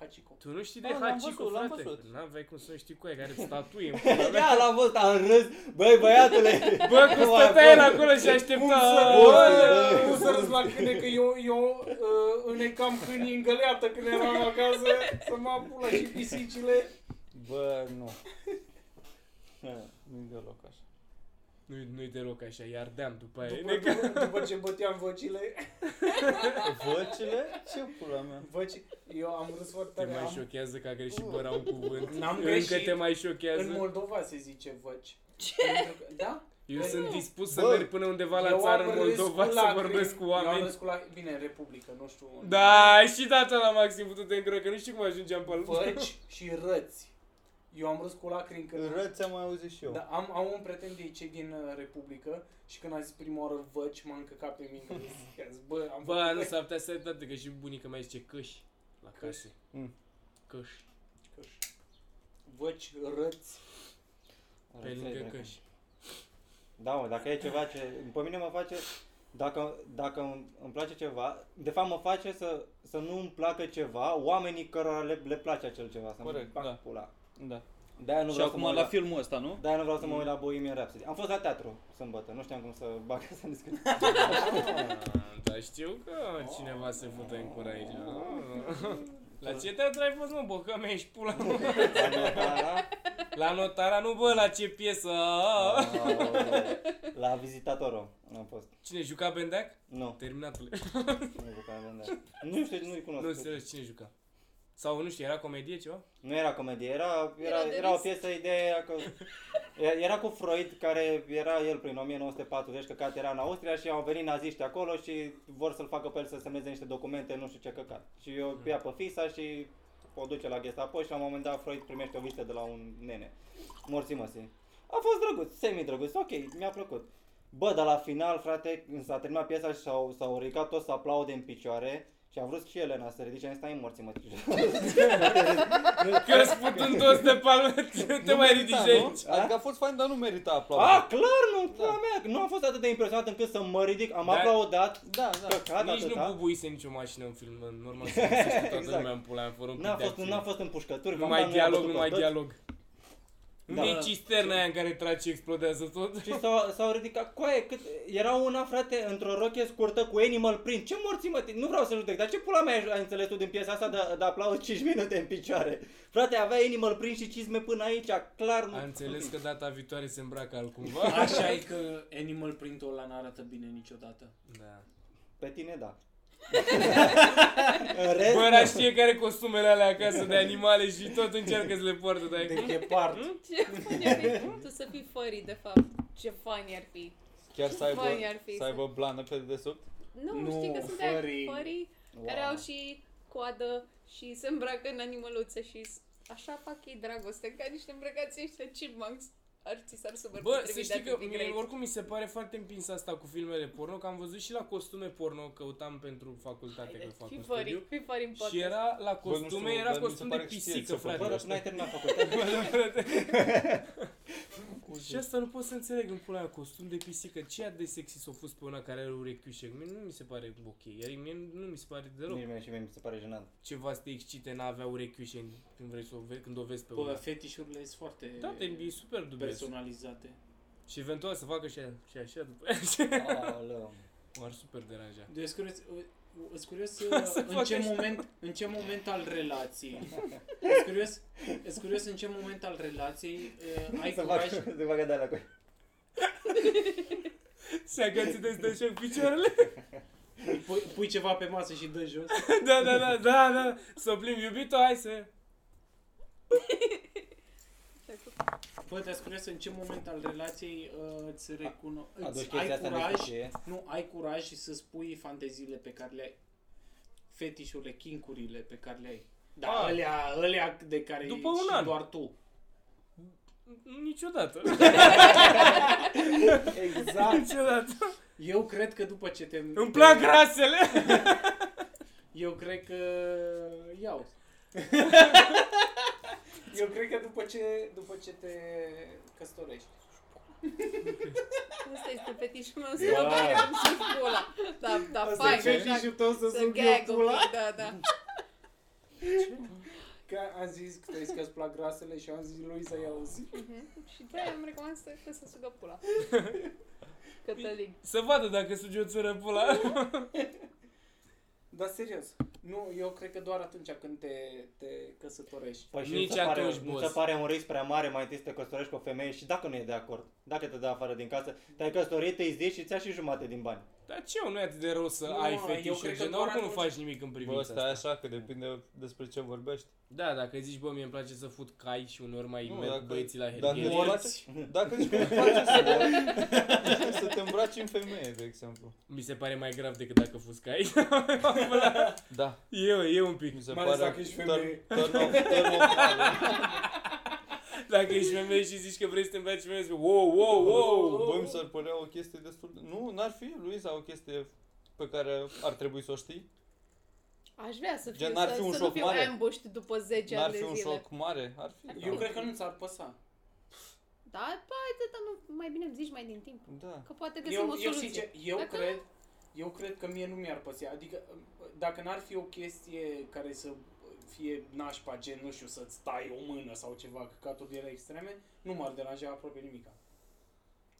Speaker 1: Hachiko.
Speaker 3: Tu nu știi de
Speaker 4: Ah, l-am
Speaker 3: Hachiko,
Speaker 4: văzut, l-am
Speaker 3: frate?
Speaker 4: văzut.
Speaker 3: N-aveai cum să nu știi cu ea, care statuie în pula mea.
Speaker 5: Ia, l-am văzut, am râs. Băi, băiatule!
Speaker 3: Bă, cum stătea el acolo și
Speaker 1: Cum
Speaker 3: aștepta.
Speaker 1: să,
Speaker 5: Bă,
Speaker 1: cum să râs la câine, că eu, eu uh, înecam câinii în găleată când eram acasă, să mă apulă și pisicile.
Speaker 4: Bă, nu. Nu-i deloc așa.
Speaker 3: Nu-i, nu-i deloc așa, îi ardeam după aia.
Speaker 1: După, după, după ce băteam vocile,
Speaker 4: Vocile? Ce pula mea?
Speaker 1: voci, eu am râs foarte
Speaker 3: Te
Speaker 1: tare.
Speaker 3: mai
Speaker 1: Am,
Speaker 3: șochează că a greșit băra un cuvânt.
Speaker 1: N-am
Speaker 3: Încă
Speaker 1: greșit.
Speaker 3: te mai
Speaker 1: în
Speaker 3: șochează.
Speaker 1: Moldova se zice voci. Ce? Da?
Speaker 3: Eu
Speaker 1: Bă,
Speaker 3: sunt
Speaker 1: nu.
Speaker 3: dispus să
Speaker 4: Bă,
Speaker 3: merg până undeva la țară
Speaker 1: am
Speaker 3: în
Speaker 1: râs
Speaker 3: Moldova
Speaker 1: cu
Speaker 3: să
Speaker 1: lacrimi.
Speaker 3: vorbesc cu
Speaker 1: Eu am
Speaker 3: oameni.
Speaker 1: râs cu Da. la... Bine, în Republică, nu știu. unde.
Speaker 3: Da, și data la maxim putut te încurcă, că nu știu cum ajungeam pe lume.
Speaker 1: Făci și răți. Eu am râs cu lacrimi când...
Speaker 6: Răți am mai auzit și eu.
Speaker 1: Da, am, am un prieten de cei din uh, Republică și când a zis prima oară văci, m-a încăcat pe mine. că zic, ia zi, Bă, am
Speaker 3: Bă, nu
Speaker 1: făcut-
Speaker 3: s-ar putea să ai dreptate, că și bunica mea zice căși la
Speaker 1: Căși.
Speaker 3: case.
Speaker 4: Mm.
Speaker 3: Căși,
Speaker 1: Văci, răți.
Speaker 3: pe lângă căși.
Speaker 5: Da, mă, dacă e ceva ce... Pe mine mă face... Dacă, dacă îmi- îmi place ceva, de fapt mă face să, să nu îmi placă ceva oamenii cărora le, le place acel ceva, să
Speaker 4: Corect,
Speaker 5: bag
Speaker 4: da.
Speaker 5: pula.
Speaker 4: Da.
Speaker 5: De-aia nu
Speaker 4: și
Speaker 5: vreau
Speaker 4: acum
Speaker 5: să mă
Speaker 4: la
Speaker 5: uit la
Speaker 4: filmul ăsta, nu?
Speaker 5: de-aia nu vreau să mă uit la Bohemian Rhapsody. Am fost la teatru sâmbătă, nu știam cum să bag să discut.
Speaker 3: Ah, Dar știu că cineva se mută în cur aici. Ah. La ce teatru ai fost, mă, bocăme, ești pula? mă? La notara, nu, bă, la ce piesă? Ah.
Speaker 5: La vizitatorul am fost.
Speaker 3: Cine juca Bendeac?
Speaker 5: Nu,
Speaker 3: Terminatul.
Speaker 5: nu jucam de Nu știu, nu-i cunosc.
Speaker 3: Nu, serios, cine juca? Sau, nu știu, era comedie ceva?
Speaker 5: Nu era comedie, era,
Speaker 2: Era
Speaker 5: era,
Speaker 2: de
Speaker 5: era, o
Speaker 2: râs.
Speaker 5: piesă, ideea era că... e- Era cu Freud, care era el prin 1940, căcat era în Austria și au venit naziști acolo și vor să-l facă pe el să semneze niște documente, nu știu ce căcat. Și eu ia pe fisa și o duce la Gestapo și la un moment dat Freud primește o vizită de la un nene. Morții măsii. A fost drăguț, semi-drăguț, ok, mi-a plăcut. Bă, dar la final, frate, când s-a terminat piesa și s-au, s-au ridicat toți să aplaude în picioare și a vrut și Elena să se ridice, am zis, stai morții mă.
Speaker 3: Că sputând toți de palme, nu te mai ridici de aici.
Speaker 4: Adică a fost fain, dar nu merita aplauze.
Speaker 5: A, clar, nu, da. mea, nu am fost atât de impresionat încât să mă ridic, am
Speaker 3: Da.
Speaker 5: aplaudat,
Speaker 4: Da, da.
Speaker 5: căcat
Speaker 3: Nici nu
Speaker 5: atâta.
Speaker 3: bubuise nicio mașină în film, în normal să găsești toată
Speaker 5: Exact.
Speaker 3: lumea în pula aia, fără un
Speaker 5: N-a
Speaker 3: pic de
Speaker 5: fost,
Speaker 3: acțiune.
Speaker 5: n-a fost în pușcături,
Speaker 3: Nu
Speaker 5: v-am
Speaker 3: mai
Speaker 5: dat,
Speaker 3: dialog,
Speaker 5: bătut
Speaker 3: nu
Speaker 5: pe
Speaker 3: mai
Speaker 5: toți.
Speaker 3: dialog. Nu
Speaker 5: Da.
Speaker 3: e cisterna aia în care trage și explodează tot.
Speaker 5: Și s-au, s-au ridicat, coaie, cât, era una, frate, într-o rochie scurtă cu Animal Print, ce morții mă, nu vreau să judec, dar ce pula mea ai- ai înțeles tu din piesa asta de, de aplauz 5 minute în picioare? Frate, avea Animal Print și cizme până aici, clar nu...
Speaker 3: A înțeles că data viitoare se îmbracă altcumva.
Speaker 1: Așa e că Animal Print-ul ăla n-arată bine niciodată.
Speaker 3: Da.
Speaker 5: Pe tine, da. în rest,
Speaker 3: Bă, era știe care costumele alea acasă de animale și tot încearcă să le poartă, dar e
Speaker 1: De chepard.
Speaker 2: Ce fain ar fi tu să fii furry, de fapt. Ce fain ar fi.
Speaker 4: Chiar să aibă,
Speaker 2: Bani ar fi
Speaker 4: să
Speaker 2: să-
Speaker 4: aibă blană pe dedesubt?
Speaker 2: Nu,
Speaker 1: Nu,
Speaker 2: știi că sunt aia
Speaker 1: furry.
Speaker 2: furry care au și coadă și se îmbracă în animăluțe și s- așa fac ei dragoste, ca niște îmbrăcați niște chipmunks. Ar ți s-ar super
Speaker 3: Bă, să
Speaker 2: potrivit
Speaker 3: știi
Speaker 2: de
Speaker 3: că
Speaker 2: atât de
Speaker 3: mie,
Speaker 2: great.
Speaker 3: oricum mi se pare foarte împins asta cu filmele porno, că am văzut și la costume porno, căutam pentru facultate, că
Speaker 2: Haide,
Speaker 3: fac
Speaker 2: Fii
Speaker 3: un
Speaker 2: furry,
Speaker 3: studiu.
Speaker 2: fii furry în podcast.
Speaker 3: Și era la
Speaker 4: Bă, nu
Speaker 3: costume,
Speaker 4: știu,
Speaker 3: era
Speaker 4: dar mi se
Speaker 3: costum de
Speaker 4: pare că știți
Speaker 3: pisică,
Speaker 4: să faceți
Speaker 5: Bă,
Speaker 3: frate.
Speaker 5: dar tu n-ai terminat facultatea.
Speaker 3: Și asta nu pot să înțeleg în pula aia, costum de pisică, ce atât de sexy s-a fost pe una care are urechiușe. Mie nu mi se pare ok, iar mie nu mi se pare deloc
Speaker 5: Nici mie și mie mi se pare jenant.
Speaker 3: ceva să te excite n-avea urechiușe când vrei să o vezi, când o vezi pe
Speaker 1: Bă,
Speaker 3: una.
Speaker 1: fetișurile sunt foarte
Speaker 3: Da, te e super dubios.
Speaker 1: personalizate.
Speaker 3: Și eventual să facă și, și așa după aia.
Speaker 5: Aoleu.
Speaker 3: M-ar super deranja.
Speaker 1: Deci, curios, sunt curios uh, în
Speaker 3: fac
Speaker 1: ce,
Speaker 3: așa.
Speaker 1: moment, în ce moment al relației. Sunt curios, sunt curios în ce moment al relației uh, ai
Speaker 5: Să fac,
Speaker 1: curaj.
Speaker 5: să facă de alea cu
Speaker 3: Se agăță de stă și picioarele.
Speaker 1: Pui, pui ceva pe masă și dă jos.
Speaker 3: da, da, da, da, da. Să o plimbi iubito, hai să...
Speaker 1: Bă, dar sunt curios în ce moment al relației uh, îți recuno...
Speaker 5: Aduci
Speaker 1: Îți
Speaker 5: chestia
Speaker 1: ai
Speaker 5: asta în
Speaker 1: curaj,
Speaker 5: discuție.
Speaker 1: nu, ai curaj să spui fanteziile pe care le ai. Fetișurile, kinkurile pe care le ai. Da,
Speaker 3: Ah.
Speaker 1: alea, alea de care
Speaker 3: După
Speaker 1: e
Speaker 3: un
Speaker 1: și
Speaker 3: an.
Speaker 1: doar tu.
Speaker 3: Niciodată.
Speaker 5: Exact.
Speaker 3: Niciodată.
Speaker 1: Eu cred că după ce te...
Speaker 3: Da. Îmi plac rasele.
Speaker 1: Eu cred că... Iau. Eu cred că după ce, după ce te căsătorești.
Speaker 2: Ăsta este fetișul meu, să mă bag în sub pula. Da, da,
Speaker 1: Asta e
Speaker 2: fain,
Speaker 1: fetișul tău să
Speaker 2: Să
Speaker 1: suc eu
Speaker 2: gag un
Speaker 1: pula?
Speaker 2: pic, da, da.
Speaker 1: Că am zis că tu că îți plac rasele și am zis lui să iau zi.
Speaker 2: Mhm. Și de-aia îmi recomand să, că să sugă pula. Cătălin.
Speaker 3: Să vadă dacă suge o țără pula.
Speaker 1: Dar serios, nu, eu cred că doar atunci când te, te căsătorești.
Speaker 5: Păi și
Speaker 3: Nici
Speaker 5: nu ți pare,
Speaker 3: atunci,
Speaker 5: nu
Speaker 3: boss.
Speaker 5: ți pare un risc prea mare mai întâi să te căsătorești cu o femeie și dacă nu e de acord, dacă te dă afară din casă, te-ai căsătorit, te-ai zis și ți-a și jumate din bani.
Speaker 3: Dar ce nu e atât de rău să
Speaker 1: Nu,
Speaker 3: ai
Speaker 1: eu
Speaker 3: fetișe?
Speaker 1: cred că
Speaker 3: Gen,
Speaker 1: doar
Speaker 3: oricum nu
Speaker 1: atunci-
Speaker 3: faci nimic în
Speaker 4: Bă,
Speaker 3: privința
Speaker 4: asta e
Speaker 3: asta.
Speaker 4: așa, că depinde despre ce vorbești.
Speaker 3: Da, dacă zici, bă, mie îmi place să fut cai și uneori mai
Speaker 4: Nu,
Speaker 3: merg
Speaker 4: dacă-
Speaker 3: băieții la
Speaker 4: Dacă
Speaker 3: herbiere.
Speaker 4: îți place, dacă îți place să, să te îmbraci în femeie, de exemplu.
Speaker 3: Mi se pare mai grav decât dacă fus cai.
Speaker 4: Da,
Speaker 3: eu, eu un pic.
Speaker 4: mi se
Speaker 1: Mai
Speaker 4: pare...
Speaker 1: ales dacă ești femeie.
Speaker 4: turn- turn off- turn off.
Speaker 3: Dacă ești femeie și zici că vrei să te îmbraci femeie, zici, wow, wow, wow.
Speaker 4: Bă, mi s-ar părea o chestie destul de... Nu, n-ar fi, Luisa, o chestie pe care ar trebui să o știi?
Speaker 2: Aș vrea să fiu,
Speaker 4: Gen, n-ar
Speaker 2: să,
Speaker 4: fi un
Speaker 2: să nu
Speaker 4: șoc
Speaker 2: fiu
Speaker 4: mare.
Speaker 2: ambushed după 10
Speaker 4: N-ar
Speaker 2: ani
Speaker 4: fi
Speaker 2: de
Speaker 4: un
Speaker 2: zile.
Speaker 4: șoc mare? Ar fi.
Speaker 1: Eu cred că nu ți-ar păsa.
Speaker 2: Da, bă, atâta nu, mai bine zici mai din timp.
Speaker 4: Da.
Speaker 2: Că poate găsim o
Speaker 1: Eu,
Speaker 2: soluție.
Speaker 1: eu, sincer, eu
Speaker 2: Dacă-
Speaker 1: cred, eu cred că mie nu mi-ar păsea. Adică, dacă n-ar fi o chestie care să fie nașpa, gen, nu știu, să-ți tai o mână sau ceva, căcaturi de ele extreme, nu m-ar deranja aproape nimica.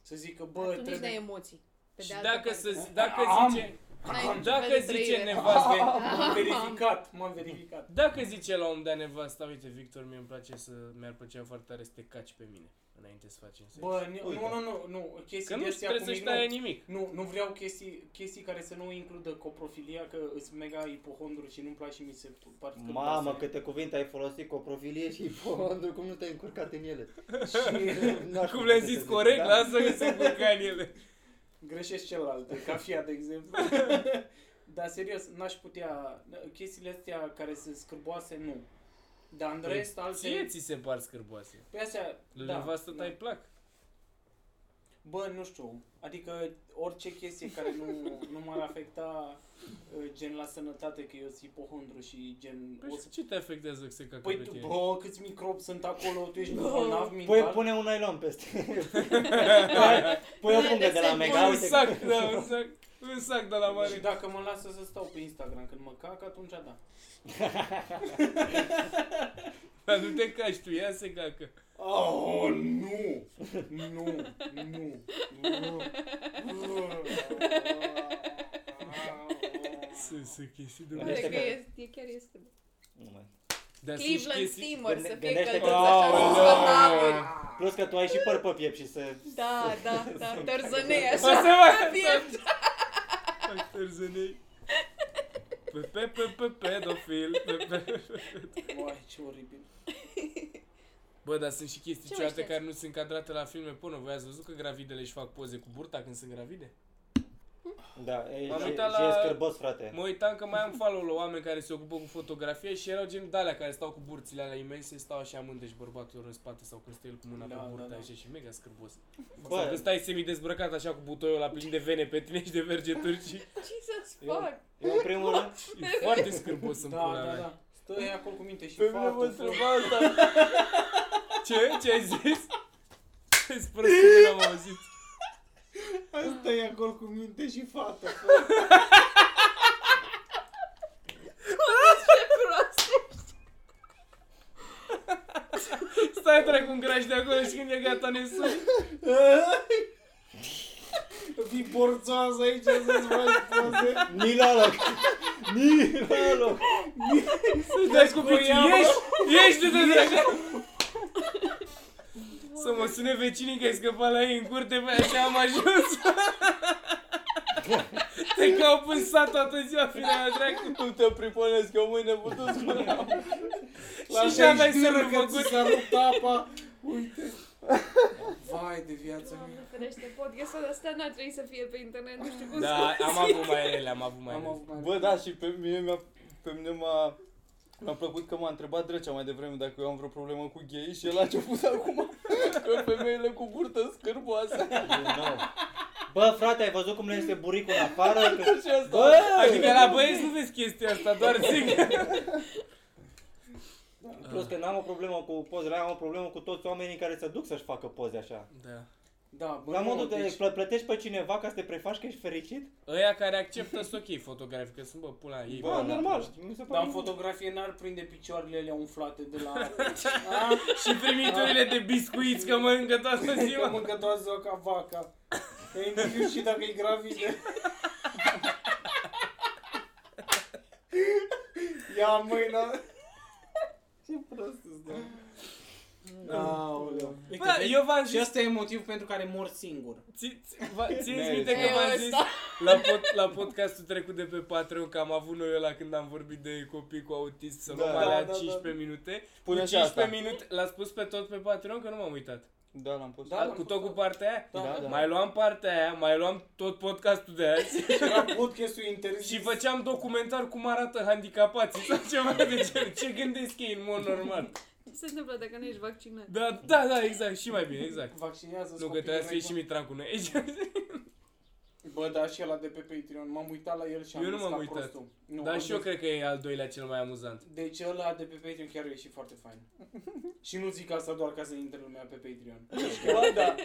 Speaker 1: Să zic că, bă,
Speaker 2: Dar tu nici
Speaker 1: trebuie...
Speaker 2: n-ai emoții. Pe
Speaker 3: Și
Speaker 2: de altă
Speaker 3: dacă,
Speaker 2: parte.
Speaker 3: să, zi- dacă
Speaker 1: Am-
Speaker 3: zice,
Speaker 2: N-ai niciun
Speaker 3: dacă
Speaker 2: fel de
Speaker 3: zice
Speaker 2: trăire.
Speaker 3: nevastă,
Speaker 1: M-am verificat, m-am verificat.
Speaker 3: Dacă zice la un moment dat nevasta, uite, Victor, mie îmi place să, mi-ar plăcea foarte tare să te caci pe mine, înainte să facem sex.
Speaker 1: Bă, nu,
Speaker 6: Uite.
Speaker 1: nu, nu, nu,
Speaker 3: că
Speaker 1: chestii
Speaker 3: nu
Speaker 1: de astea
Speaker 3: trebuie
Speaker 1: cu
Speaker 3: să-și
Speaker 1: mine,
Speaker 3: taie
Speaker 1: nu.
Speaker 3: nimic.
Speaker 1: Nu, nu vreau chestii, chestii care să nu includă coprofilia, că sunt mega ipohondru și nu-mi place și mi se pare că
Speaker 3: da,
Speaker 6: Mamă, câte cuvinte ai folosit cu o profilie și fondul, cum nu te-ai încurcat în ele. N-aș
Speaker 3: Cum
Speaker 6: fi
Speaker 3: le-am
Speaker 6: putut
Speaker 3: zis
Speaker 6: să
Speaker 3: corect,
Speaker 6: zic, da.
Speaker 3: lasă că se culca în ele.
Speaker 1: greșesc celelalte, ca fia, de exemplu. Dar serios, n-aș putea, chestiile astea care sunt scârboase, nu. Dar
Speaker 3: Păi,
Speaker 1: în rest,
Speaker 3: Ție
Speaker 1: alte,
Speaker 3: ți se par scârboase.
Speaker 1: pe astea,
Speaker 3: Lui nevastă
Speaker 1: da.
Speaker 3: ta îi plac.
Speaker 1: Bă, nu știu, adică orice chestie care nu, nu m-ar afecta uh, gen la sănătate, că eu sunt ipohondru și gen...
Speaker 3: Păi
Speaker 1: o
Speaker 3: și ce te afectează că se cacă
Speaker 1: Păi
Speaker 3: pe
Speaker 1: tu,
Speaker 3: tine?
Speaker 1: bă, câți microbi sunt acolo, tu ești bolnav
Speaker 6: Păi
Speaker 1: mental.
Speaker 6: pune un nylon peste.
Speaker 5: Păi,
Speaker 6: Hai, Pui o pungă de la mega,
Speaker 3: un
Speaker 6: uite.
Speaker 3: sac, Exact, da, un sac, un sac de la
Speaker 1: Și
Speaker 3: mare.
Speaker 1: dacă mă lasă să stau pe Instagram când mă cac, atunci da.
Speaker 3: Dar nu te caci tu, ea se cacă.
Speaker 1: Oh, nu! Nu, nu, nu.
Speaker 3: Sunt, sunt chestii
Speaker 1: Da.
Speaker 3: de
Speaker 2: Cred
Speaker 6: Gândește
Speaker 2: că
Speaker 6: că-
Speaker 2: este, Păi, e chiar este.
Speaker 6: Nu mai.
Speaker 3: Dar sunt și
Speaker 2: Cleveland
Speaker 3: chestii-
Speaker 2: Steamer să fie
Speaker 6: Gândește că-
Speaker 2: călduț așa
Speaker 3: Aoleu!
Speaker 2: confortabil.
Speaker 6: Plus că tu ai și păr pe piept și să...
Speaker 2: Da, da, da, tărzănei
Speaker 3: Mă
Speaker 2: așa.
Speaker 3: se va-
Speaker 2: Piept.
Speaker 3: Fac târzănei. Pe, pe, pe, pe, pedofil. Pe, pe.
Speaker 1: Uai, ce oribil.
Speaker 3: Bă, dar sunt și chestii
Speaker 2: Ce mai
Speaker 3: ciudate
Speaker 2: știați?
Speaker 3: care nu sunt cadrate la filme porno. Voi ați văzut că gravidele își fac poze cu burta când sunt gravide?
Speaker 6: Da, e,
Speaker 3: M-am
Speaker 6: și,
Speaker 3: uitat
Speaker 6: și e
Speaker 3: la-
Speaker 6: scârbos, frate.
Speaker 3: Mă uitam că mai am follow la oameni care se ocupă cu fotografie și erau gen de alea care stau cu burțile alea imense, stau așa amândeși bărbatul în spate sau când stă el cu mâna
Speaker 1: Da,
Speaker 3: pe
Speaker 1: da,
Speaker 3: burtă
Speaker 1: da.
Speaker 3: așa și mega scârbos. Bă. Sau
Speaker 6: Bă,
Speaker 3: când stai semi-dezbrăcat așa cu butoiul la plin de vene pe tine și de vergeturi și
Speaker 2: Jesus
Speaker 6: Eu-
Speaker 2: fuck.
Speaker 6: eu în primul rând...
Speaker 3: e foarte scârbos în
Speaker 1: Da,
Speaker 3: pula
Speaker 1: da,
Speaker 3: mea.
Speaker 1: da. Stai acolo cu minte și
Speaker 4: Pe mine mă
Speaker 1: faptul
Speaker 4: întreba asta.
Speaker 3: Ce? Ce ai zis? Îți prostii că n-am auzit.
Speaker 1: Asta e acolo cu minte și fată.
Speaker 2: Ce prost.
Speaker 3: Stai dracu un graș de acolo și când e gata ne suni.
Speaker 1: Fii borțoasă aici să-ți faci poze.
Speaker 6: Ni la loc! Ni la loc!
Speaker 3: Să-și dai cu piciul.
Speaker 1: Scuiam.
Speaker 3: Ieși! Ieși de dracu! Să mă sune vecinii că ai scăpat la ei în curte, băi, așa am ajuns. Te caut în sat toată ziua, fira mea dracu.
Speaker 4: Nu te priponesc, eu mâine putut spune.
Speaker 3: Și și aveai să nu făcut.
Speaker 1: s-a rupt apa. Uite. Vai de viața mea.
Speaker 2: Doamne ferește, podcastul ăsta n-ar trebui să fie pe internet, nu știu cum să...
Speaker 3: Da, am avut mai rele, am avut mai
Speaker 1: Am
Speaker 3: rele.
Speaker 1: avut mai
Speaker 4: Bă, da, și pe mine mi-a, pe mine m-a, mi-a plăcut că m-a întrebat Drăcea mai devreme dacă eu am vreo problemă cu gay și el a început acum că femeile cu burtă scârboasă.
Speaker 6: Bă, frate, ai văzut cum le este buricul în afară? Că...
Speaker 4: Și asta.
Speaker 6: Bă!
Speaker 3: Adică la băieți nu vezi chestia asta, doar zic.
Speaker 6: Plus că n-am o problemă cu pozele, am o problemă cu toți oamenii care se duc să-și facă poze așa.
Speaker 3: Da.
Speaker 1: Da, bă,
Speaker 6: La
Speaker 1: nu,
Speaker 6: modul de
Speaker 1: deci-
Speaker 6: plă- plătești pe cineva ca să te prefaci că ești fericit?
Speaker 3: Ăia care acceptă sunt ok fotografic, că sunt bă, pula ei.
Speaker 6: Bă, normal, știi, mi se pare
Speaker 1: Dar în
Speaker 6: normal.
Speaker 1: fotografie n-ar prinde picioarele alea umflate de la...
Speaker 3: Și primiturile de biscuiți că mănâncă toată
Speaker 1: Că
Speaker 3: ziua.
Speaker 1: mâncă doar ziua ca vaca. Că e greu și dacă e gravidă. Ia da. mâna. Ce prost îți dă. Da, Aoleu.
Speaker 3: Bă, eu v-am
Speaker 1: Și
Speaker 3: zis,
Speaker 1: asta e motivul pentru care mor singur.
Speaker 3: ți- ți- va- țineți
Speaker 4: Mersi.
Speaker 3: minte că
Speaker 2: Eu
Speaker 3: v-am zis
Speaker 2: ăsta.
Speaker 3: la, pod, la podcastul trecut de pe Patreon că am avut noi ăla când am vorbit de copii cu autism să
Speaker 4: Da.
Speaker 3: luăm alea
Speaker 1: Da, da, da.
Speaker 3: 15 minute. Cu
Speaker 4: Pune și
Speaker 3: 15
Speaker 4: asta.
Speaker 3: minute, l-a spus pe tot pe Patreon că nu m-am uitat.
Speaker 4: Da, l-am pus.
Speaker 1: Da, l-am
Speaker 3: cu
Speaker 1: pus
Speaker 3: tot cu
Speaker 1: tot.
Speaker 3: partea aia?
Speaker 1: Da,
Speaker 6: Da, da.
Speaker 3: Mai luam partea aia, mai luam tot podcastul de azi
Speaker 1: Era podcastul interzis.
Speaker 3: și făceam documentar cum arată handicapații sau ceva de genul. Ce gândesc ei în mod normal?
Speaker 2: se întâmplă dacă nu ești vaccinat?
Speaker 3: Da, da, da, exact, și mai bine, exact.
Speaker 1: Vaccinează-ți
Speaker 3: Nu, că
Speaker 1: copiii
Speaker 3: trebuia să fie și
Speaker 1: noi,
Speaker 3: Mitran cu noi aici.
Speaker 1: bă. Bă, da, și ăla de pe Patreon. M-am uitat la el și am
Speaker 3: Eu nu
Speaker 1: râs
Speaker 3: m-am
Speaker 1: ca
Speaker 3: uitat.
Speaker 1: prostul. Nu,
Speaker 3: Dar
Speaker 1: am
Speaker 3: și eu
Speaker 1: râs.
Speaker 3: cred că e al doilea cel mai amuzant.
Speaker 1: Deci ăla de pe Patreon chiar a ieșit foarte fain. și nu zic asta doar ca să intre lumea pe Patreon.
Speaker 3: Ba, da.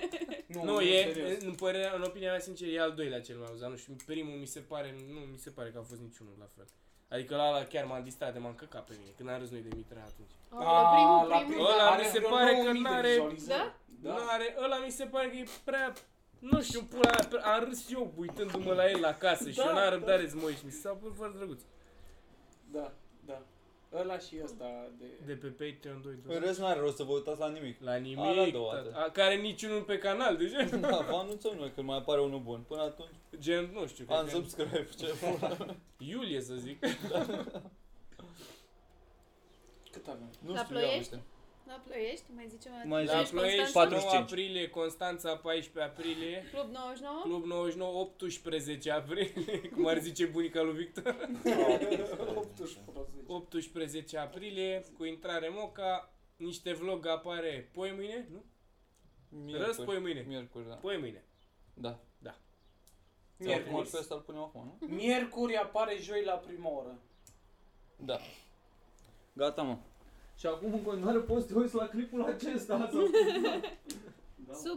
Speaker 1: Nu,
Speaker 3: Nu,
Speaker 1: serios.
Speaker 3: e, în, părerea, în opinia mea, sincer, e al doilea cel mai amuzant. Nu știu, primul mi se pare, nu mi se pare că a fost niciunul la fel. Adică la ala chiar m-am distrat de m-am căcat pe mine, când am râs noi de Mitra atunci.
Speaker 2: la primul,
Speaker 1: Ah, la
Speaker 2: primul,
Speaker 3: Ah, Ăla
Speaker 2: da.
Speaker 1: Are
Speaker 3: mi se
Speaker 1: vreo
Speaker 3: pare că
Speaker 1: 9000 de
Speaker 3: n-are-
Speaker 1: vizualizări.
Speaker 2: Da?
Speaker 1: Da.
Speaker 3: Nu are, ăla mi se pare că e prea, nu știu, pula mea, prea- am râs și eu uitându-mă la el la casă și
Speaker 1: Da,
Speaker 3: eu n-am
Speaker 1: da.
Speaker 3: răbdare să mă uit și mi s-a părut foarte drăguț.
Speaker 1: Da, da. Ăla și ăsta de...
Speaker 3: De pe Patreon 2,
Speaker 4: În rest nu are rost să vă uitați la nimic.
Speaker 3: La
Speaker 4: A,
Speaker 1: da,
Speaker 4: la a
Speaker 3: nimic,
Speaker 4: doua
Speaker 3: tată.
Speaker 4: dată.
Speaker 3: a, care niciunul pe canal, deci- deja.
Speaker 4: Da, vă anunțăm noi când mai apare unul bun. Până atunci,
Speaker 3: Gen, nu știu, cred că
Speaker 4: unsubscribe, ce pula.
Speaker 3: iulie să zic.
Speaker 1: Cât avem?
Speaker 4: Nu
Speaker 2: La
Speaker 4: știu, ia
Speaker 2: Ploiești?
Speaker 4: uite.
Speaker 2: La Ploiești, mai zicem
Speaker 4: Mai
Speaker 3: La
Speaker 4: Deci,
Speaker 3: Ploiești, 9
Speaker 4: 45.
Speaker 3: aprilie, Constanța 14 aprilie.
Speaker 2: Club 99?
Speaker 3: Club 99, 18 aprilie, cum ar zice bunica lui Victor.
Speaker 1: 18.
Speaker 3: 18 aprilie, cu intrare moca, niște vlog apare poi mâine, nu?
Speaker 4: păi-
Speaker 3: Răs poi mâine.
Speaker 4: Miercuri, da.
Speaker 3: Poi mâine.
Speaker 4: Da. Miercuri.
Speaker 1: Miercuri.
Speaker 4: Pe ăsta îl punem acum, nu?
Speaker 1: Miercuri apare joi la prima oră.
Speaker 4: Da. Gata, mă.
Speaker 5: Și acum în continuare poți să te uiți la clipul acesta.
Speaker 2: Super.